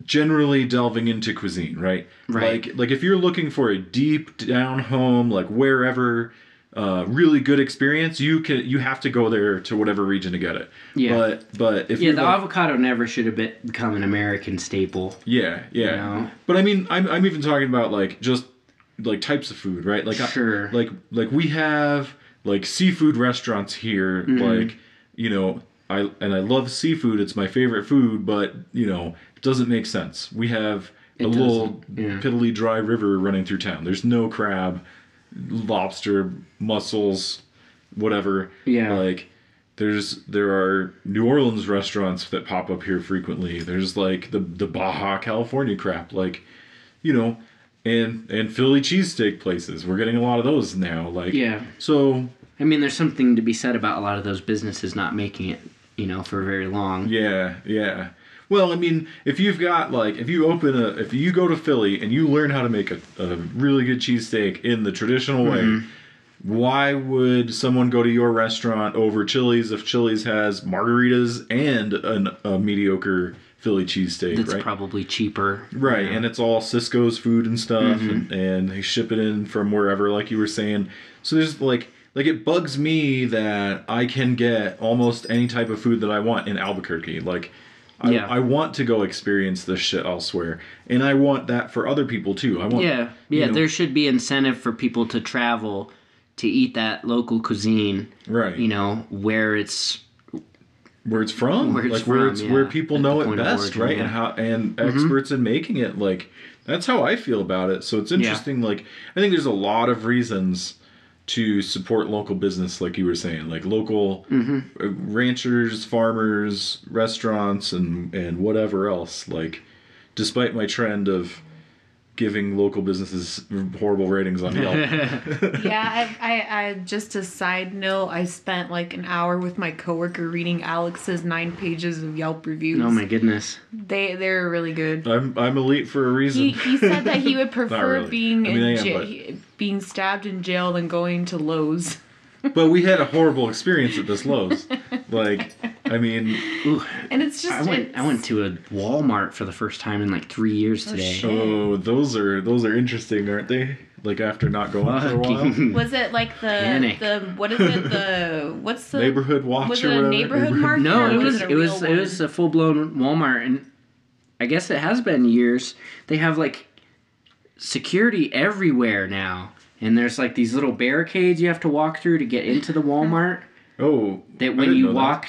[SPEAKER 2] generally delving into cuisine, right?
[SPEAKER 1] Right.
[SPEAKER 2] Like like if you're looking for a deep down home, like wherever uh, really good experience, you can you have to go there to whatever region to get it.
[SPEAKER 1] Yeah.
[SPEAKER 2] But but if
[SPEAKER 1] Yeah,
[SPEAKER 2] you're
[SPEAKER 1] the
[SPEAKER 2] like-
[SPEAKER 1] avocado never should have be- become an American staple.
[SPEAKER 2] yeah, yeah.
[SPEAKER 1] know?
[SPEAKER 2] But I mean, I'm, I'm even talking about like just like types of food, right? Like I-
[SPEAKER 1] Sure.
[SPEAKER 2] like like we have like seafood restaurants here,
[SPEAKER 1] Mm-hmm.
[SPEAKER 2] like you know, I and I love seafood. It's my favorite food, but you know, it doesn't make sense. We have a little
[SPEAKER 1] yeah.
[SPEAKER 2] piddly dry river running through town. There's no crab, lobster, mussels, whatever.
[SPEAKER 1] Yeah.
[SPEAKER 2] Like there's there are New Orleans restaurants that pop up here frequently. There's like the the Baja California crap, like you know, and and Philly cheesesteak places. We're getting a lot of those now. Like
[SPEAKER 1] Yeah.
[SPEAKER 2] So
[SPEAKER 1] I mean, there's something to be said about a lot of those businesses not making it, you know, for very long.
[SPEAKER 2] yeah, yeah. Well, I mean, if you've got like if you open a if you go to Philly and you learn how to make a, a really good cheesesteak in the traditional way, why would someone go to your restaurant over Chili's if Chili's has margaritas and an, a mediocre Philly cheesesteak,
[SPEAKER 1] That's
[SPEAKER 2] right?
[SPEAKER 1] probably cheaper.
[SPEAKER 2] Right, and it's all Cisco's food and stuff,
[SPEAKER 1] Mm-hmm.
[SPEAKER 2] and, and they ship it in from wherever, like you were saying. So there's like, like it bugs me that I can get almost any type of food that I want in Albuquerque. Like, I,
[SPEAKER 1] Yeah.
[SPEAKER 2] I want to go experience this shit elsewhere, and I want that for other people too. I want,
[SPEAKER 1] Yeah, yeah.
[SPEAKER 2] know-
[SPEAKER 1] there should be incentive for people to travel to eat that local cuisine.
[SPEAKER 2] right,
[SPEAKER 1] You know where it's
[SPEAKER 2] where it's from,
[SPEAKER 1] Where it's
[SPEAKER 2] like where
[SPEAKER 1] from,
[SPEAKER 2] it's
[SPEAKER 1] yeah,
[SPEAKER 2] where people
[SPEAKER 1] at the
[SPEAKER 2] know it
[SPEAKER 1] point of
[SPEAKER 2] best,
[SPEAKER 1] origin,
[SPEAKER 2] right?
[SPEAKER 1] yeah. Mm-hmm.
[SPEAKER 2] And how and experts in making it, like that's how I feel about it. So it's interesting. Like I think there's a lot of reasons to support local business, like you were saying, like local
[SPEAKER 1] Mm-hmm.
[SPEAKER 2] uh, ranchers, farmers, restaurants, and and whatever else. Like despite my trend of giving local businesses horrible ratings on Yelp,
[SPEAKER 3] yeah, I, I, I just a side note. I spent like an hour with my coworker reading Alex's nine pages of Yelp reviews.
[SPEAKER 1] oh my goodness.
[SPEAKER 3] They they're really good.
[SPEAKER 2] I'm I'm elite for a reason.
[SPEAKER 3] He, he said that he would prefer
[SPEAKER 2] really.
[SPEAKER 3] being
[SPEAKER 2] I mean, I
[SPEAKER 3] in
[SPEAKER 2] am,
[SPEAKER 3] ja-
[SPEAKER 2] but-
[SPEAKER 3] he- being stabbed in jail than going to Lowe's.
[SPEAKER 2] but we had a horrible experience at this Lowe's. like, I mean,
[SPEAKER 1] Ooh,
[SPEAKER 3] And it's just
[SPEAKER 1] I went I
[SPEAKER 3] it's-
[SPEAKER 1] went to a Walmart for the first time in like three years today.
[SPEAKER 3] shit.
[SPEAKER 2] Oh, those are those are interesting, aren't they? Like after not going for a while,
[SPEAKER 1] Fucking-
[SPEAKER 3] Was it like the
[SPEAKER 1] Panic.
[SPEAKER 3] the what is it the what's the
[SPEAKER 2] neighborhood watch
[SPEAKER 3] was
[SPEAKER 2] or
[SPEAKER 3] it a
[SPEAKER 2] whatever.
[SPEAKER 3] neighborhood market?
[SPEAKER 1] No,
[SPEAKER 3] or
[SPEAKER 1] it was
[SPEAKER 3] a
[SPEAKER 1] it was
[SPEAKER 3] real
[SPEAKER 1] it was
[SPEAKER 3] one?
[SPEAKER 1] a full blown Walmart, and I guess it has been years. They have like security everywhere now, and there's like these little barricades you have to walk through to get into the Walmart.
[SPEAKER 2] Oh, I
[SPEAKER 1] That when
[SPEAKER 2] didn't know
[SPEAKER 1] you
[SPEAKER 2] that.
[SPEAKER 1] walk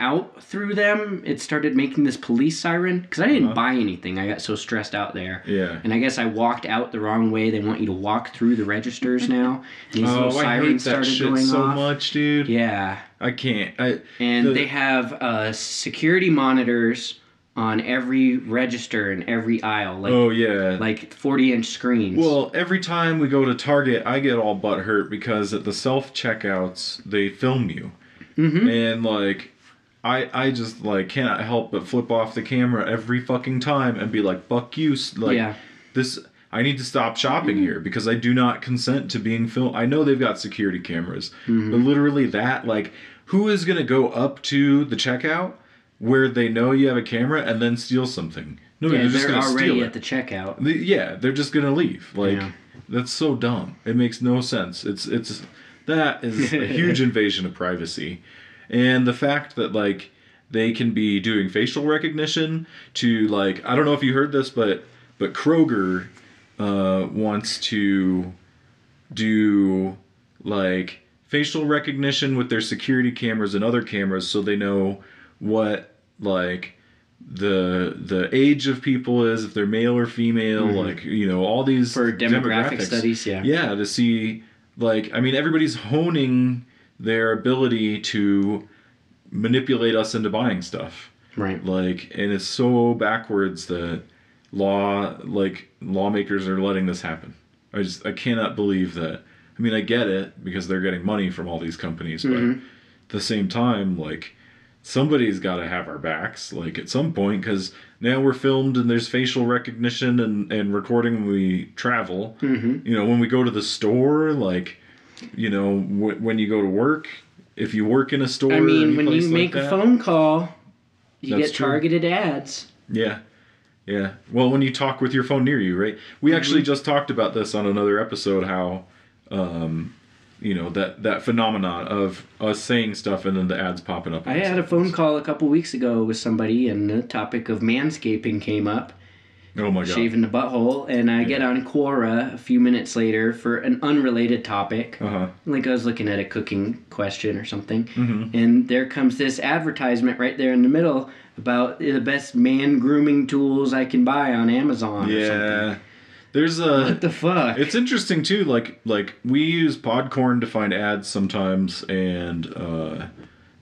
[SPEAKER 1] out through them, it started making this police siren. Because I didn't buy anything, I got so stressed out there.
[SPEAKER 2] Uh-huh. Yeah.
[SPEAKER 1] And I guess I walked out the wrong way. They want you to walk through the registers now. And these little
[SPEAKER 2] oh, I hate
[SPEAKER 1] sirens
[SPEAKER 2] that
[SPEAKER 1] started
[SPEAKER 2] shit
[SPEAKER 1] going
[SPEAKER 2] so
[SPEAKER 1] off.
[SPEAKER 2] much, dude.
[SPEAKER 1] Yeah
[SPEAKER 2] I can't. I
[SPEAKER 1] and
[SPEAKER 2] The-
[SPEAKER 1] they have uh, security monitors on every register and every aisle, like
[SPEAKER 2] oh yeah.
[SPEAKER 1] like forty inch screens.
[SPEAKER 2] well, every time we go to Target, I get all butt hurt because at the self checkouts they film you,
[SPEAKER 1] Mm-hmm.
[SPEAKER 2] and like. I, I just like cannot help but flip off the camera every fucking time and be like fuck you s- like
[SPEAKER 1] yeah, Mm-hmm.
[SPEAKER 2] this I need to stop shopping here because I do not consent to being filmed. I know they've got security cameras,
[SPEAKER 1] Mm-hmm.
[SPEAKER 2] but literally that like who is going to go up to the checkout where they know you have a camera and then steal something? No,
[SPEAKER 1] yeah
[SPEAKER 2] they're just
[SPEAKER 1] they're
[SPEAKER 2] going to steal
[SPEAKER 1] already
[SPEAKER 2] it.
[SPEAKER 1] at the checkout.
[SPEAKER 2] The- yeah, they're just going to leave. Like
[SPEAKER 1] Yeah.
[SPEAKER 2] that's so dumb. It makes no sense. It's it's that is a huge invasion of privacy. And the fact that like they can be doing facial recognition to like I don't know if you heard this but but Kroger uh, wants to do like facial recognition with their security cameras and other cameras so they know what like the the age of people is if they're male or female like you know all these
[SPEAKER 1] Mm-hmm. For demographic studies, yeah.
[SPEAKER 2] yeah to see like i mean everybody's honing their ability to manipulate us into buying stuff.
[SPEAKER 1] Right.
[SPEAKER 2] Like, and it's so backwards that law, like lawmakers, are letting this happen. I just I cannot believe that. I mean, I get it because they're getting money from all these companies,
[SPEAKER 1] Mm-hmm.
[SPEAKER 2] but at the same time, like somebody's got to have our backs, like at some point, because now we're filmed and there's facial recognition and and recording when we travel.
[SPEAKER 1] Mm-hmm.
[SPEAKER 2] You know, when we go to the store, like you know, w- when you go to work, if you work in a store,
[SPEAKER 1] I
[SPEAKER 2] or
[SPEAKER 1] mean,
[SPEAKER 2] any
[SPEAKER 1] when you
[SPEAKER 2] place like
[SPEAKER 1] make a
[SPEAKER 2] that-
[SPEAKER 1] phone call, you
[SPEAKER 2] That's
[SPEAKER 1] get
[SPEAKER 2] true.
[SPEAKER 1] targeted ads.
[SPEAKER 2] yeah. Yeah. Well, when you talk with your phone near you, right? We
[SPEAKER 1] Mm-hmm.
[SPEAKER 2] actually just talked about this on another episode how um you know that that phenomenon of us saying stuff and then the ads popping up. on
[SPEAKER 1] I
[SPEAKER 2] us.
[SPEAKER 1] had a phone call a couple weeks ago with somebody, and the topic of manscaping came up,
[SPEAKER 2] Oh my god.
[SPEAKER 1] shaving the butthole, and I get on Quora a few minutes later for an unrelated topic.
[SPEAKER 2] Uh-huh.
[SPEAKER 1] Like I was looking at a cooking question or something,
[SPEAKER 2] Mm-hmm.
[SPEAKER 1] and there comes this advertisement right there in the middle about the best man grooming tools I can buy on Amazon or something.
[SPEAKER 2] Yeah. There's a
[SPEAKER 1] What the fuck?
[SPEAKER 2] It's interesting too. Like like we use Podcorn to find ads sometimes, and uh,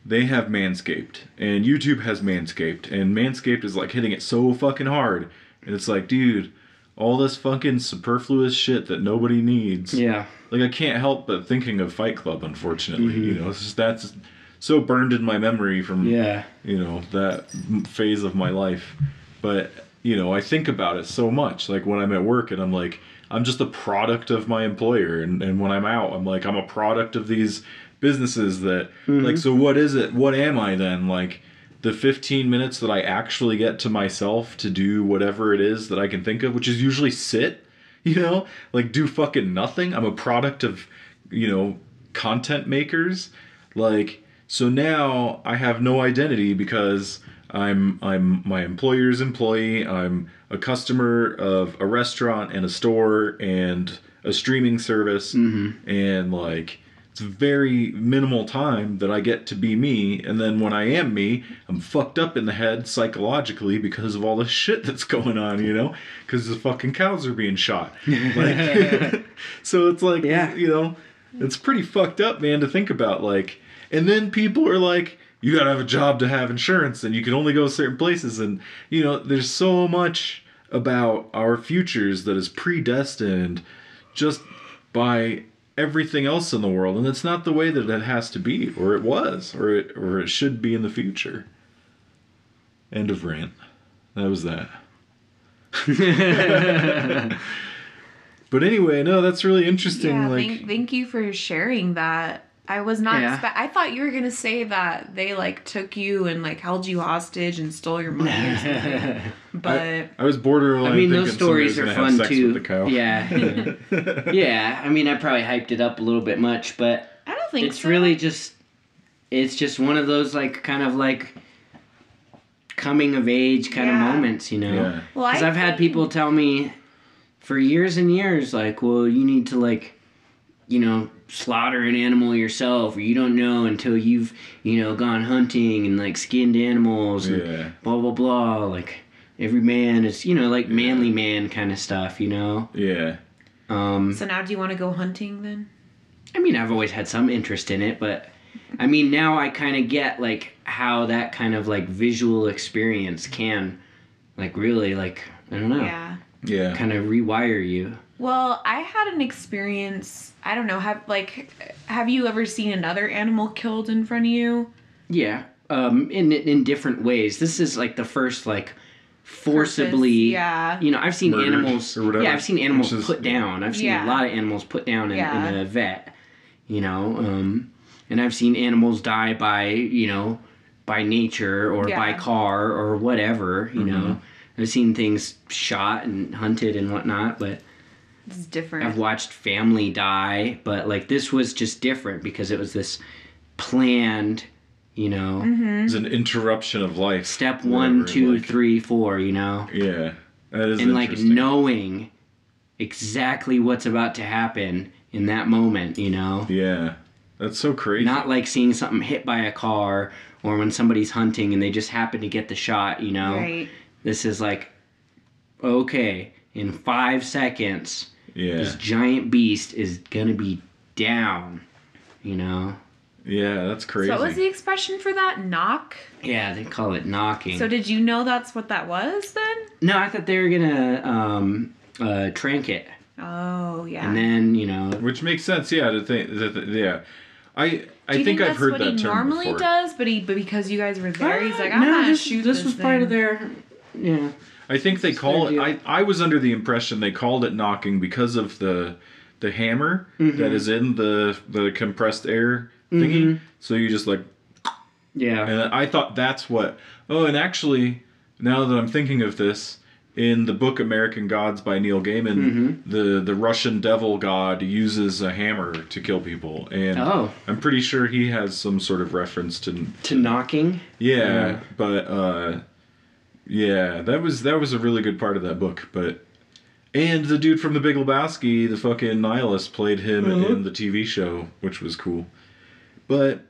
[SPEAKER 2] they have Manscaped, and YouTube has Manscaped, and Manscaped is like hitting it so fucking hard, and it's like, dude, all this fucking superfluous shit that nobody needs.
[SPEAKER 1] yeah.
[SPEAKER 2] Like I can't help but thinking of Fight Club, unfortunately. You know, it's just, that's so burned in my memory from
[SPEAKER 1] Mm-hmm. Yeah.
[SPEAKER 2] you know that m- phase of my life but you know i think about it so much like when i'm at work and i'm like i'm just a product of my employer and, and when i'm out i'm like i'm a product of these businesses that like so what is it what am i then like the 15 minutes that i actually get to myself to do whatever it is that i can think of which is usually sit you know like do fucking nothing i'm a product of you know content makers like so now i have no identity because i'm i'm my employer's employee i'm a customer of a restaurant and a store and a streaming service and like it's very minimal time that i get to be me and then when i am me i'm fucked up in the head psychologically because of all the shit that's going on you know because the fucking cows are being shot like, so it's like
[SPEAKER 1] Yeah.
[SPEAKER 2] you know it's pretty fucked up man to think about like and then people are like you gotta have a job to have insurance and you can only go certain places and you know there's so much about our futures that is predestined just by everything else in the world and it's not the way that it has to be or it was or it or it should be in the future end of rant that was that but anyway no that's really interesting
[SPEAKER 3] Yeah,
[SPEAKER 2] like
[SPEAKER 3] thank, thank you for sharing that. I was not.
[SPEAKER 1] Yeah.
[SPEAKER 3] Expe- I thought you were gonna say that they like took you and like held you hostage and stole your money, or something, but
[SPEAKER 2] I was borderline.
[SPEAKER 1] I mean,
[SPEAKER 2] thinking
[SPEAKER 1] those stories are
[SPEAKER 2] somebody's gonna
[SPEAKER 1] fun
[SPEAKER 2] have sex
[SPEAKER 1] too.
[SPEAKER 2] With the cow.
[SPEAKER 1] Yeah, yeah. I mean, I probably hyped it up a little bit much, but
[SPEAKER 3] I don't think
[SPEAKER 1] it's
[SPEAKER 3] so.
[SPEAKER 1] really just, it's just one of those like kind of like coming of age kind
[SPEAKER 3] Yeah.
[SPEAKER 1] of moments, you know.
[SPEAKER 2] Yeah.
[SPEAKER 3] Well,
[SPEAKER 1] Because
[SPEAKER 3] I
[SPEAKER 1] I've had
[SPEAKER 3] think-
[SPEAKER 1] people tell me for years and years, like, well, you need to, like, you know, slaughter an animal yourself, or you don't know until you've, you know, gone hunting and, like, skinned animals and
[SPEAKER 2] Yeah.
[SPEAKER 1] blah, blah, blah. Like, every man is, you know, like manly man kind of stuff, you know?
[SPEAKER 2] Yeah.
[SPEAKER 1] Um,
[SPEAKER 3] So now, do you want to go hunting then?
[SPEAKER 1] I mean, I've always had some interest in it, but I mean, now I kind of get, like, how that kind of, like, visual experience can, like, really, like, I don't know,
[SPEAKER 3] Yeah.
[SPEAKER 2] Yeah.
[SPEAKER 1] kind of rewire you.
[SPEAKER 3] Well, I had an experience. I don't know. Have like, have you ever seen another animal killed in front of you?
[SPEAKER 1] Yeah, um, in in different ways. This is like the first like forcibly.
[SPEAKER 3] Yeah.
[SPEAKER 1] You know, I've seen
[SPEAKER 2] Murdered
[SPEAKER 1] animals.
[SPEAKER 2] or whatever,
[SPEAKER 1] yeah, I've seen animals
[SPEAKER 2] which is-
[SPEAKER 1] put down. I've seen
[SPEAKER 3] Yeah.
[SPEAKER 1] a lot of animals put down in, in
[SPEAKER 3] Yeah.
[SPEAKER 1] a vet. You know, um, and I've seen animals die by you know by nature or by
[SPEAKER 3] Yeah.
[SPEAKER 1] car or whatever. You know,
[SPEAKER 2] Mm-hmm.
[SPEAKER 1] I've seen things shot and hunted and whatnot, but
[SPEAKER 3] It's different.
[SPEAKER 1] I've watched family die, but like this was just different because it was this planned. You know.
[SPEAKER 2] It's an interruption of life.
[SPEAKER 1] step
[SPEAKER 2] Whatever,
[SPEAKER 1] one, two,
[SPEAKER 2] like-
[SPEAKER 1] three, four. you know?
[SPEAKER 2] Yeah. That is
[SPEAKER 1] And like
[SPEAKER 2] interesting.
[SPEAKER 1] knowing exactly what's about to happen in that moment, you know?
[SPEAKER 2] Yeah. That's so crazy.
[SPEAKER 1] Not like seeing something hit by a car or when somebody's hunting and they just happen to get the shot, you know?
[SPEAKER 3] Right.
[SPEAKER 1] This is like, okay, in five seconds,
[SPEAKER 2] yeah.
[SPEAKER 1] this giant beast is gonna be down, you know?
[SPEAKER 2] Yeah, that's
[SPEAKER 3] So
[SPEAKER 2] crazy.
[SPEAKER 3] what was the expression for that? Knock?
[SPEAKER 4] Yeah, they call it knocking.
[SPEAKER 3] So did you know that's what that was then?
[SPEAKER 4] no, I thought they were gonna um, uh, trank it,
[SPEAKER 3] Oh, yeah.
[SPEAKER 4] and then you know,
[SPEAKER 2] Which makes sense. Yeah, to think. That, that- yeah, I I
[SPEAKER 3] Do you
[SPEAKER 2] think, I've
[SPEAKER 3] that's
[SPEAKER 2] heard
[SPEAKER 3] what
[SPEAKER 2] that
[SPEAKER 3] he
[SPEAKER 2] term
[SPEAKER 3] normally
[SPEAKER 2] before.
[SPEAKER 3] does, but he but because you guys were there,
[SPEAKER 1] Uh,
[SPEAKER 3] he's like,
[SPEAKER 4] Ah,
[SPEAKER 3] I'm
[SPEAKER 4] no,
[SPEAKER 3] not
[SPEAKER 4] this,
[SPEAKER 3] shoot
[SPEAKER 4] this,
[SPEAKER 3] this
[SPEAKER 4] was
[SPEAKER 3] thing.
[SPEAKER 4] part of their, yeah.
[SPEAKER 2] I think they call
[SPEAKER 4] their
[SPEAKER 2] it. I, I was under the impression they called it knocking because of the the hammer
[SPEAKER 1] Mm-hmm.
[SPEAKER 2] that is in the the compressed air thingy.
[SPEAKER 1] Mm-hmm.
[SPEAKER 2] So you just like,
[SPEAKER 4] Yeah.
[SPEAKER 2] and I thought that's what. Oh, and actually, now that I'm thinking of this, in the book American Gods by Neil Gaiman,
[SPEAKER 4] Mm-hmm.
[SPEAKER 2] the the Russian devil god uses a hammer to kill people, and
[SPEAKER 4] Oh.
[SPEAKER 2] I'm pretty sure he has some sort of reference to
[SPEAKER 4] To knocking.
[SPEAKER 2] yeah,
[SPEAKER 4] Yeah.
[SPEAKER 2] but uh yeah, that was that was a really good part of that book, but and the dude from the Big Lebowski, the fucking nihilist, played him in the TV show, which was cool. But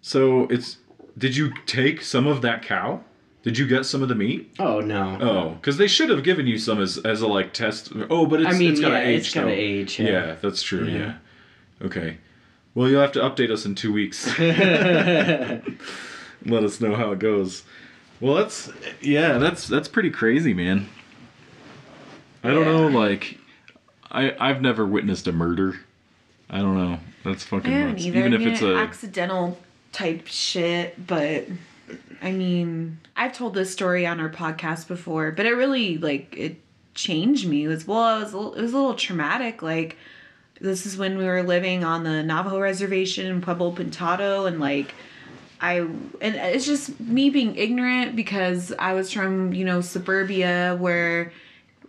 [SPEAKER 2] so it's did you take some of that cow? Did you get some of the meat?
[SPEAKER 4] Oh no.
[SPEAKER 2] Oh, because they should have given you some as as a like test. Oh, but it's
[SPEAKER 4] I mean,
[SPEAKER 2] it's gotta
[SPEAKER 4] yeah,
[SPEAKER 2] age.
[SPEAKER 4] it's gotta
[SPEAKER 2] though.
[SPEAKER 4] age, yeah.
[SPEAKER 2] Yeah. that's true. yeah. Okay. Well, you'll have to update us in two weeks. let us know how it goes. Well, that's yeah, that's that's pretty crazy, man. I don't know, like, I I've never witnessed a murder. I don't know. That's
[SPEAKER 3] I
[SPEAKER 2] fucking
[SPEAKER 3] haven't
[SPEAKER 2] nuts.
[SPEAKER 3] either.
[SPEAKER 2] Even
[SPEAKER 3] I
[SPEAKER 2] if
[SPEAKER 3] mean,
[SPEAKER 2] it's a
[SPEAKER 3] accidental type shit, but I mean, I've told this story on our podcast before, but it really like it changed me. It was well, I was a little- it was a little traumatic. Like this is when we were living on the Navajo reservation in Pueblo Pintado, and like I and it's just me being ignorant because I was from you know suburbia where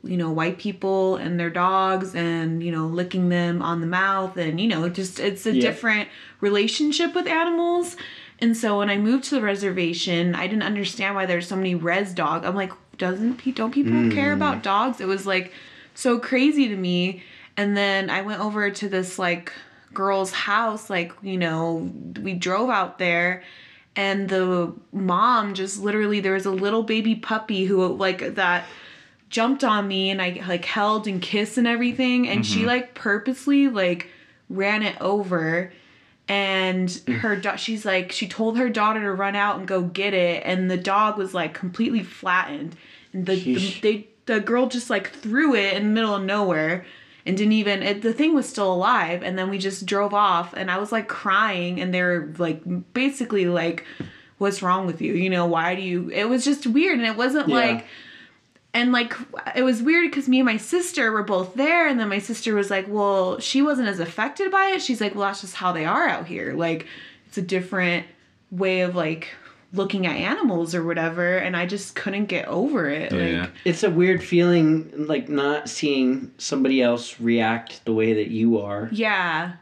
[SPEAKER 3] you know white people and their dogs and you know licking them on the mouth and you know just it's a different relationship with animals and so when I moved to the reservation I didn't understand why there's so many res dog I'm like doesn't pe- don't people care about dogs it was like so crazy to me and then I went over to this like girl's house like you know we drove out there and the mom just literally there was a little baby puppy who like that jumped on me and I like held and kissed and everything and
[SPEAKER 4] Mm-hmm.
[SPEAKER 3] she like purposely like ran it over and
[SPEAKER 4] Mm.
[SPEAKER 3] her do- she's like she told her daughter to run out and go get it and the dog was like completely flattened and the, the
[SPEAKER 4] Sheesh.
[SPEAKER 3] they the girl just like threw it in the middle of nowhere and didn't even it, the thing was still alive and then we just drove off and i was like crying and they were like basically like what's wrong with you you know why do you it was just weird and it wasn't
[SPEAKER 4] Yeah.
[SPEAKER 3] like and like it was weird because me and my sister were both there and then my sister was like well she wasn't as affected by it she's like well that's just how they are out here like it's a different way of like looking at animals or whatever and i just couldn't get over it
[SPEAKER 2] yeah.
[SPEAKER 3] like
[SPEAKER 4] It's a weird feeling, like not seeing somebody else react the way that you are
[SPEAKER 3] yeah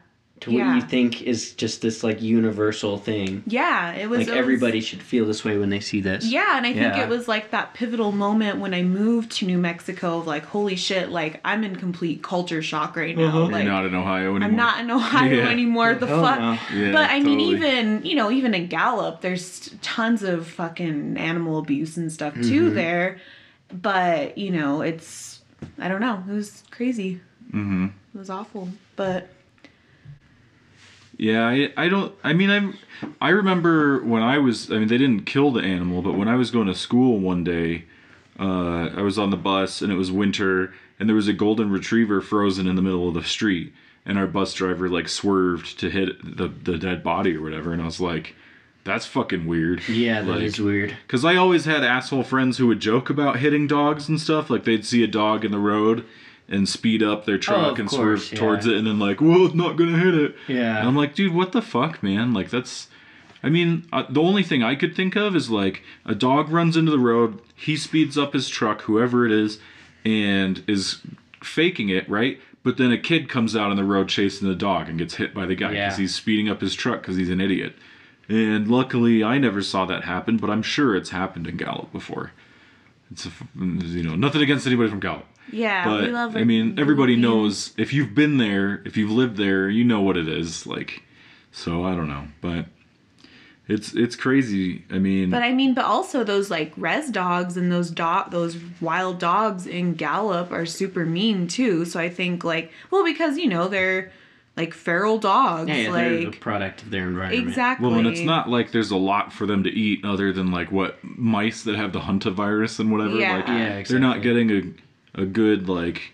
[SPEAKER 4] to what
[SPEAKER 3] Yeah.
[SPEAKER 4] you think is just this like universal thing.
[SPEAKER 3] yeah it was
[SPEAKER 4] Like
[SPEAKER 3] it was-
[SPEAKER 4] everybody should feel this way when they see this.
[SPEAKER 3] Yeah, and I think
[SPEAKER 4] Yeah.
[SPEAKER 3] it was like that pivotal moment when I moved to New Mexico of like, holy shit, like I'm in complete culture shock right now.
[SPEAKER 4] Uh-huh. You're
[SPEAKER 3] Like
[SPEAKER 2] you're not in Ohio anymore.
[SPEAKER 3] I'm not in Ohio
[SPEAKER 2] Yeah.
[SPEAKER 3] anymore. The
[SPEAKER 4] Hell
[SPEAKER 3] fuck.
[SPEAKER 4] no.
[SPEAKER 2] Yeah,
[SPEAKER 3] but I mean,
[SPEAKER 2] totally.
[SPEAKER 3] even you know, even in Gallup, there's tons of fucking animal abuse and stuff too
[SPEAKER 2] Mm-hmm.
[SPEAKER 3] there. But you know, it's I don't know. It was crazy. Mm-hmm. It was awful. But
[SPEAKER 2] Yeah, I, I don't. I mean, I'm. I remember when I was. I mean, they didn't kill the animal, but when I was going to school one day, uh, I was on the bus and it was winter, and there was a golden retriever frozen in the middle of the street, and our bus driver like swerved to hit the the dead body or whatever, and I was like, "That's fucking weird."
[SPEAKER 4] Yeah, that is
[SPEAKER 2] Like-
[SPEAKER 4] weird.
[SPEAKER 2] Because I always had asshole friends who would joke about hitting dogs and stuff. Like they'd see a dog in the road and speed up their truck
[SPEAKER 4] of
[SPEAKER 2] and
[SPEAKER 4] course,
[SPEAKER 2] swerve towards
[SPEAKER 4] yeah.
[SPEAKER 2] it, and then like, "Whoa, it's not gonna hit it."
[SPEAKER 4] Yeah.
[SPEAKER 2] And I'm like, dude, what the fuck, man? Like that's. I mean, uh, the only thing I could think of is like a dog runs into the road, he speeds up his truck, whoever it is, and is faking it, right? But then a kid comes out on the road chasing the dog and gets hit by the guy
[SPEAKER 4] Yeah.
[SPEAKER 2] because he's speeding up his truck because he's an idiot. And luckily, I never saw that happen, but I'm sure it's happened in Gallup before. It's a, f- you know nothing against anybody from Gallup,
[SPEAKER 3] yeah,
[SPEAKER 2] but
[SPEAKER 3] we love.
[SPEAKER 2] I mean everybody
[SPEAKER 3] goofy-
[SPEAKER 2] knows if you've been there, if you've lived there, you know what it is like. So I don't know, but it's it's crazy. I mean,
[SPEAKER 3] But I mean, but also those like res dogs and those dog, those wild dogs in Gallup are super mean too. So I think like, well, because you know they're like feral dogs.
[SPEAKER 4] Yeah, yeah, they're the
[SPEAKER 3] like
[SPEAKER 4] product of their environment.
[SPEAKER 3] exactly.
[SPEAKER 2] Well, and it's not like there's a lot for them to eat other than like what mice that have the huntavirus and whatever.
[SPEAKER 3] Yeah.
[SPEAKER 2] Like,
[SPEAKER 3] Yeah,
[SPEAKER 2] they're not
[SPEAKER 4] exactly.
[SPEAKER 2] getting a a good like,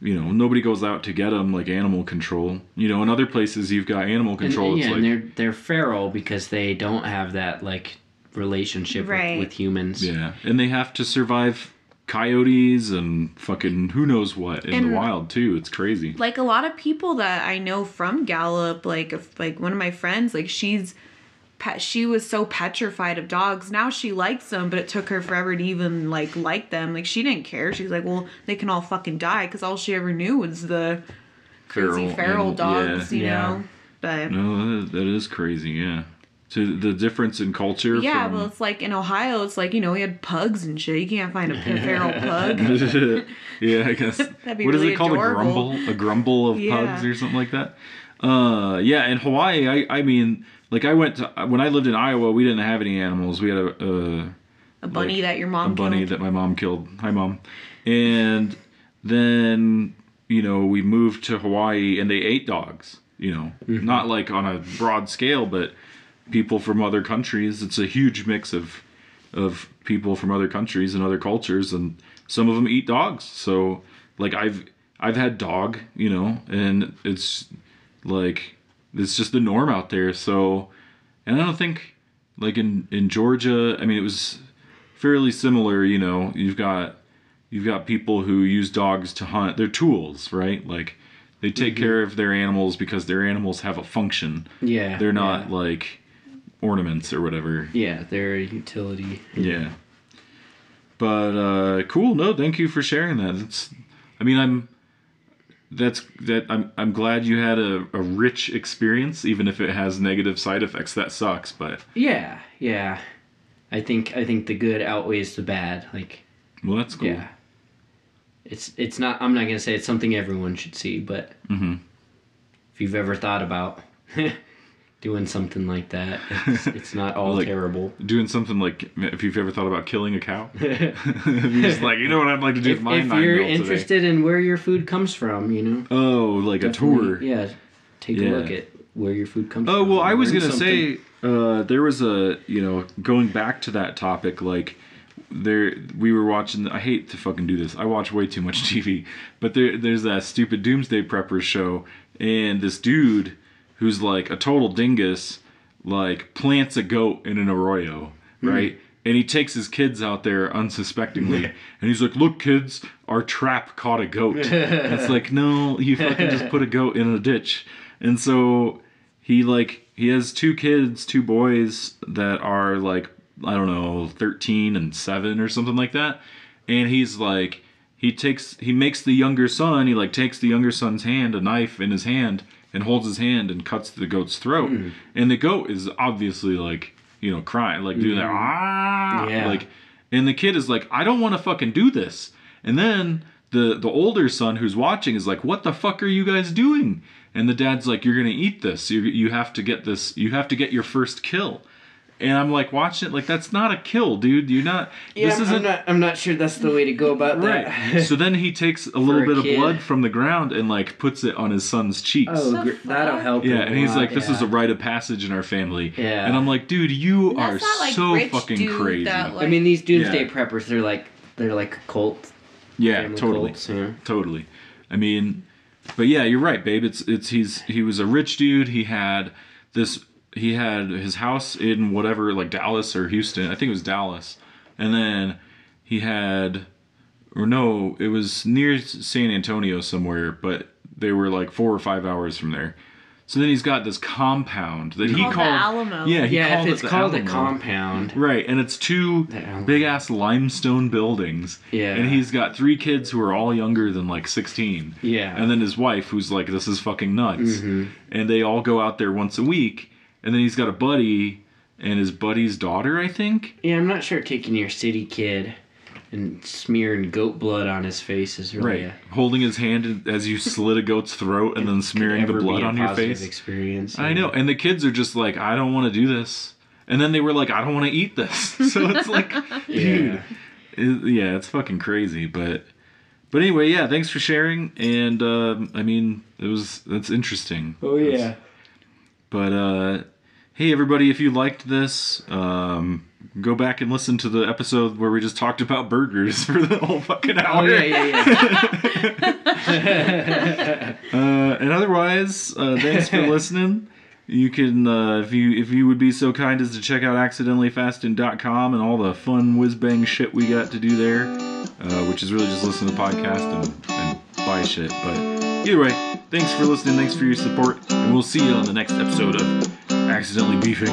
[SPEAKER 2] you know, nobody goes out to get them like animal control. You know, in other places you've got animal
[SPEAKER 4] And,
[SPEAKER 2] control.
[SPEAKER 4] yeah,
[SPEAKER 2] it's
[SPEAKER 4] and
[SPEAKER 2] like
[SPEAKER 4] they're they're feral because they don't have that like relationship
[SPEAKER 3] Right.
[SPEAKER 4] with, with humans.
[SPEAKER 2] yeah, and they have to survive coyotes and fucking who knows what in
[SPEAKER 3] And-
[SPEAKER 2] the wild too. It's crazy.
[SPEAKER 3] like a lot of people that I know from Gallup, like if, like one of my friends, like she's pet she was so petrified of dogs. Now she likes them, but it took her forever to even like like them. Like she didn't care. She's like, well, they can all fucking die because all she ever knew was the crazy feral,
[SPEAKER 2] animal-
[SPEAKER 3] dogs,
[SPEAKER 2] yeah.
[SPEAKER 3] you
[SPEAKER 4] Yeah.
[SPEAKER 3] know. But
[SPEAKER 2] No, that is, that is crazy. Yeah. So the difference in culture.
[SPEAKER 3] yeah,
[SPEAKER 2] from...
[SPEAKER 3] well, it's like in Ohio, it's like you know we had pugs and shit. You can't find a p- feral pug.
[SPEAKER 2] yeah, I guess.
[SPEAKER 3] That'd be
[SPEAKER 2] what is
[SPEAKER 3] really
[SPEAKER 2] it called?
[SPEAKER 3] adorable.
[SPEAKER 2] A grumble? A grumble of
[SPEAKER 3] Yeah.
[SPEAKER 2] pugs or something like that? Uh, yeah, in Hawaii, I, I mean, like I went to, when I lived in Iowa, we didn't have any animals. We had a, a
[SPEAKER 3] A bunny
[SPEAKER 2] Like,
[SPEAKER 3] that your
[SPEAKER 2] a
[SPEAKER 3] mom
[SPEAKER 2] bunny
[SPEAKER 3] killed.
[SPEAKER 2] that my mom killed. Hi, mom. And then you know we moved to Hawaii, and they ate dogs. You know, not like on a broad scale, but people from other countries. It's a huge mix of of people from other countries and other cultures, and some of them eat dogs. So like I've I've had dog, you know, and it's like it's just the norm out there. So and I don't think like in in Georgia, I mean it was fairly similar, you know, you've got you've got people who use dogs to hunt. They're tools, right? Like they take
[SPEAKER 4] Mm-hmm.
[SPEAKER 2] care of their animals because their animals have a function.
[SPEAKER 4] Yeah.
[SPEAKER 2] They're not
[SPEAKER 4] yeah.
[SPEAKER 2] like ornaments or whatever.
[SPEAKER 4] Yeah, they're a utility.
[SPEAKER 2] Yeah. But uh cool, no, thank you for sharing that. That's I mean I'm that's that I'm I'm glad you had a, a rich experience, even if it has negative side effects. That sucks, but
[SPEAKER 4] Yeah, yeah. I think I think the good outweighs the bad. Like
[SPEAKER 2] well that's cool.
[SPEAKER 4] yeah. It's it's not I'm not gonna say it's something everyone should see, but
[SPEAKER 2] Mm-hmm.
[SPEAKER 4] if you've ever thought about doing something like that, it's, it's not all
[SPEAKER 2] Like-
[SPEAKER 4] terrible.
[SPEAKER 2] Doing something like if you've ever thought about killing a cow. you're just like, you know what I'd like to do
[SPEAKER 4] If,
[SPEAKER 2] with my
[SPEAKER 4] if
[SPEAKER 2] nine
[SPEAKER 4] you're
[SPEAKER 2] mil today?"
[SPEAKER 4] interested in where your food comes from, you know.
[SPEAKER 2] Oh, like a tour.
[SPEAKER 4] Yeah. Take
[SPEAKER 2] Yeah.
[SPEAKER 4] a look at where your food comes
[SPEAKER 2] Oh
[SPEAKER 4] from.
[SPEAKER 2] well, I was
[SPEAKER 4] Learn
[SPEAKER 2] gonna
[SPEAKER 4] something.
[SPEAKER 2] say uh, there was a you know going back to that topic like there we were watching. I hate to fucking do this. I watch way too much TV, but there there's that stupid Doomsday Preppers show, and this dude who's like a total dingus like plants a goat in an arroyo,
[SPEAKER 4] Hmm.
[SPEAKER 2] right? And he takes his kids out there unsuspectingly, and he's like, "Look, kids, our trap caught a goat." And it's like, no, you fucking just put a goat in a ditch, and so he like he has two kids, two boys that are like I don't know, 13 and 7 or something like that. And he's like he takes he makes the younger son, he like takes the younger son's hand, a knife in his hand and holds his hand and cuts the goat's throat. And the goat is obviously like, you know, crying, like doing that ah
[SPEAKER 4] Yeah.
[SPEAKER 2] like and the kid is like, I don't want to fucking do this. And then the the older son who's watching is like, What the fuck are you guys doing? And the dad's like, You're gonna eat this. You you have to get this. You have to get your first kill. And I'm like watching it, like that's not a kill, dude. You're not.
[SPEAKER 4] Yeah,
[SPEAKER 2] this
[SPEAKER 4] I'm-
[SPEAKER 2] isn't
[SPEAKER 4] I'm not I'm not sure that's the way to go about that.
[SPEAKER 2] right. so then he takes a little
[SPEAKER 4] a
[SPEAKER 2] bit
[SPEAKER 4] kid.
[SPEAKER 2] of blood from the ground and like puts it on his son's cheeks.
[SPEAKER 4] Oh,
[SPEAKER 3] The
[SPEAKER 4] gr- that'll
[SPEAKER 3] fuck?
[SPEAKER 4] help.
[SPEAKER 2] Yeah,
[SPEAKER 4] him
[SPEAKER 2] and he's
[SPEAKER 4] lot,
[SPEAKER 2] like, "This is a
[SPEAKER 4] yeah.
[SPEAKER 2] rite of passage in our family."
[SPEAKER 4] Yeah.
[SPEAKER 2] and I'm like, "Dude, you
[SPEAKER 3] That's
[SPEAKER 2] are
[SPEAKER 3] not, like,
[SPEAKER 2] so
[SPEAKER 3] rich
[SPEAKER 2] fucking
[SPEAKER 3] dude
[SPEAKER 2] crazy."
[SPEAKER 3] that,
[SPEAKER 4] I mean, these doomsday
[SPEAKER 2] Yeah.
[SPEAKER 4] preppers, they're like they're like a cult.
[SPEAKER 2] yeah,
[SPEAKER 4] family
[SPEAKER 2] totally.
[SPEAKER 4] cults, you know?
[SPEAKER 2] totally i mean but yeah you're right babe it's it's he's he was a rich dude he had this he had his house in whatever like dallas or houston i think it was dallas and then he had or no it was near san antonio somewhere but they were like four or five hours from there so then he's got this compound that he
[SPEAKER 3] Called
[SPEAKER 2] called
[SPEAKER 3] the Alamo.
[SPEAKER 2] yeah he
[SPEAKER 4] Yeah, if
[SPEAKER 2] called it
[SPEAKER 4] it's
[SPEAKER 2] the
[SPEAKER 4] called a
[SPEAKER 2] Alamo.
[SPEAKER 4] compound.
[SPEAKER 2] Right, and it's two
[SPEAKER 4] The Alamo.
[SPEAKER 2] big ass limestone buildings.
[SPEAKER 4] Yeah.
[SPEAKER 2] And he's got three kids who are all younger than like 16.
[SPEAKER 4] Yeah. Mm-hmm.
[SPEAKER 2] And then his wife, who's like, this is fucking nuts. And they all go out there once a week. And then he's got a buddy and his buddy's daughter, I think.
[SPEAKER 4] Yeah, I'm not sure taking your city kid and smearing goat blood on his face is really
[SPEAKER 2] Right.
[SPEAKER 4] a,
[SPEAKER 2] Holding his hand as you slit a goat's throat and then
[SPEAKER 4] could
[SPEAKER 2] smearing the
[SPEAKER 4] ever be
[SPEAKER 2] blood
[SPEAKER 4] a
[SPEAKER 2] on your
[SPEAKER 4] positive
[SPEAKER 2] face.
[SPEAKER 4] Experience.
[SPEAKER 2] I know. And the kids are just like, I don't want to do this. And then they were like, I don't want to eat this. So it's like,
[SPEAKER 4] Yeah.
[SPEAKER 2] dude. It, yeah, it's fucking crazy, but But anyway, yeah, thanks for sharing. And um, I mean, it was that's interesting.
[SPEAKER 4] Oh,
[SPEAKER 2] That's- But uh, hey, everybody, if you liked this, um, go back and listen to the episode where we just talked about burgers for the whole fucking
[SPEAKER 4] Oh
[SPEAKER 2] hour.
[SPEAKER 4] yeah, yeah, yeah.
[SPEAKER 2] Uh, and otherwise, uh, thanks for listening. You can, uh, if you if you would be so kind as to check out accidentallyfasting.com and all the fun whiz bang shit we got to do there, uh, which is really just listen to the podcast and, and buy shit. But either way, thanks for listening, thanks for your support, and we'll see you on the next episode of Accidentally Beefing.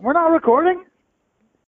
[SPEAKER 5] We're not recording?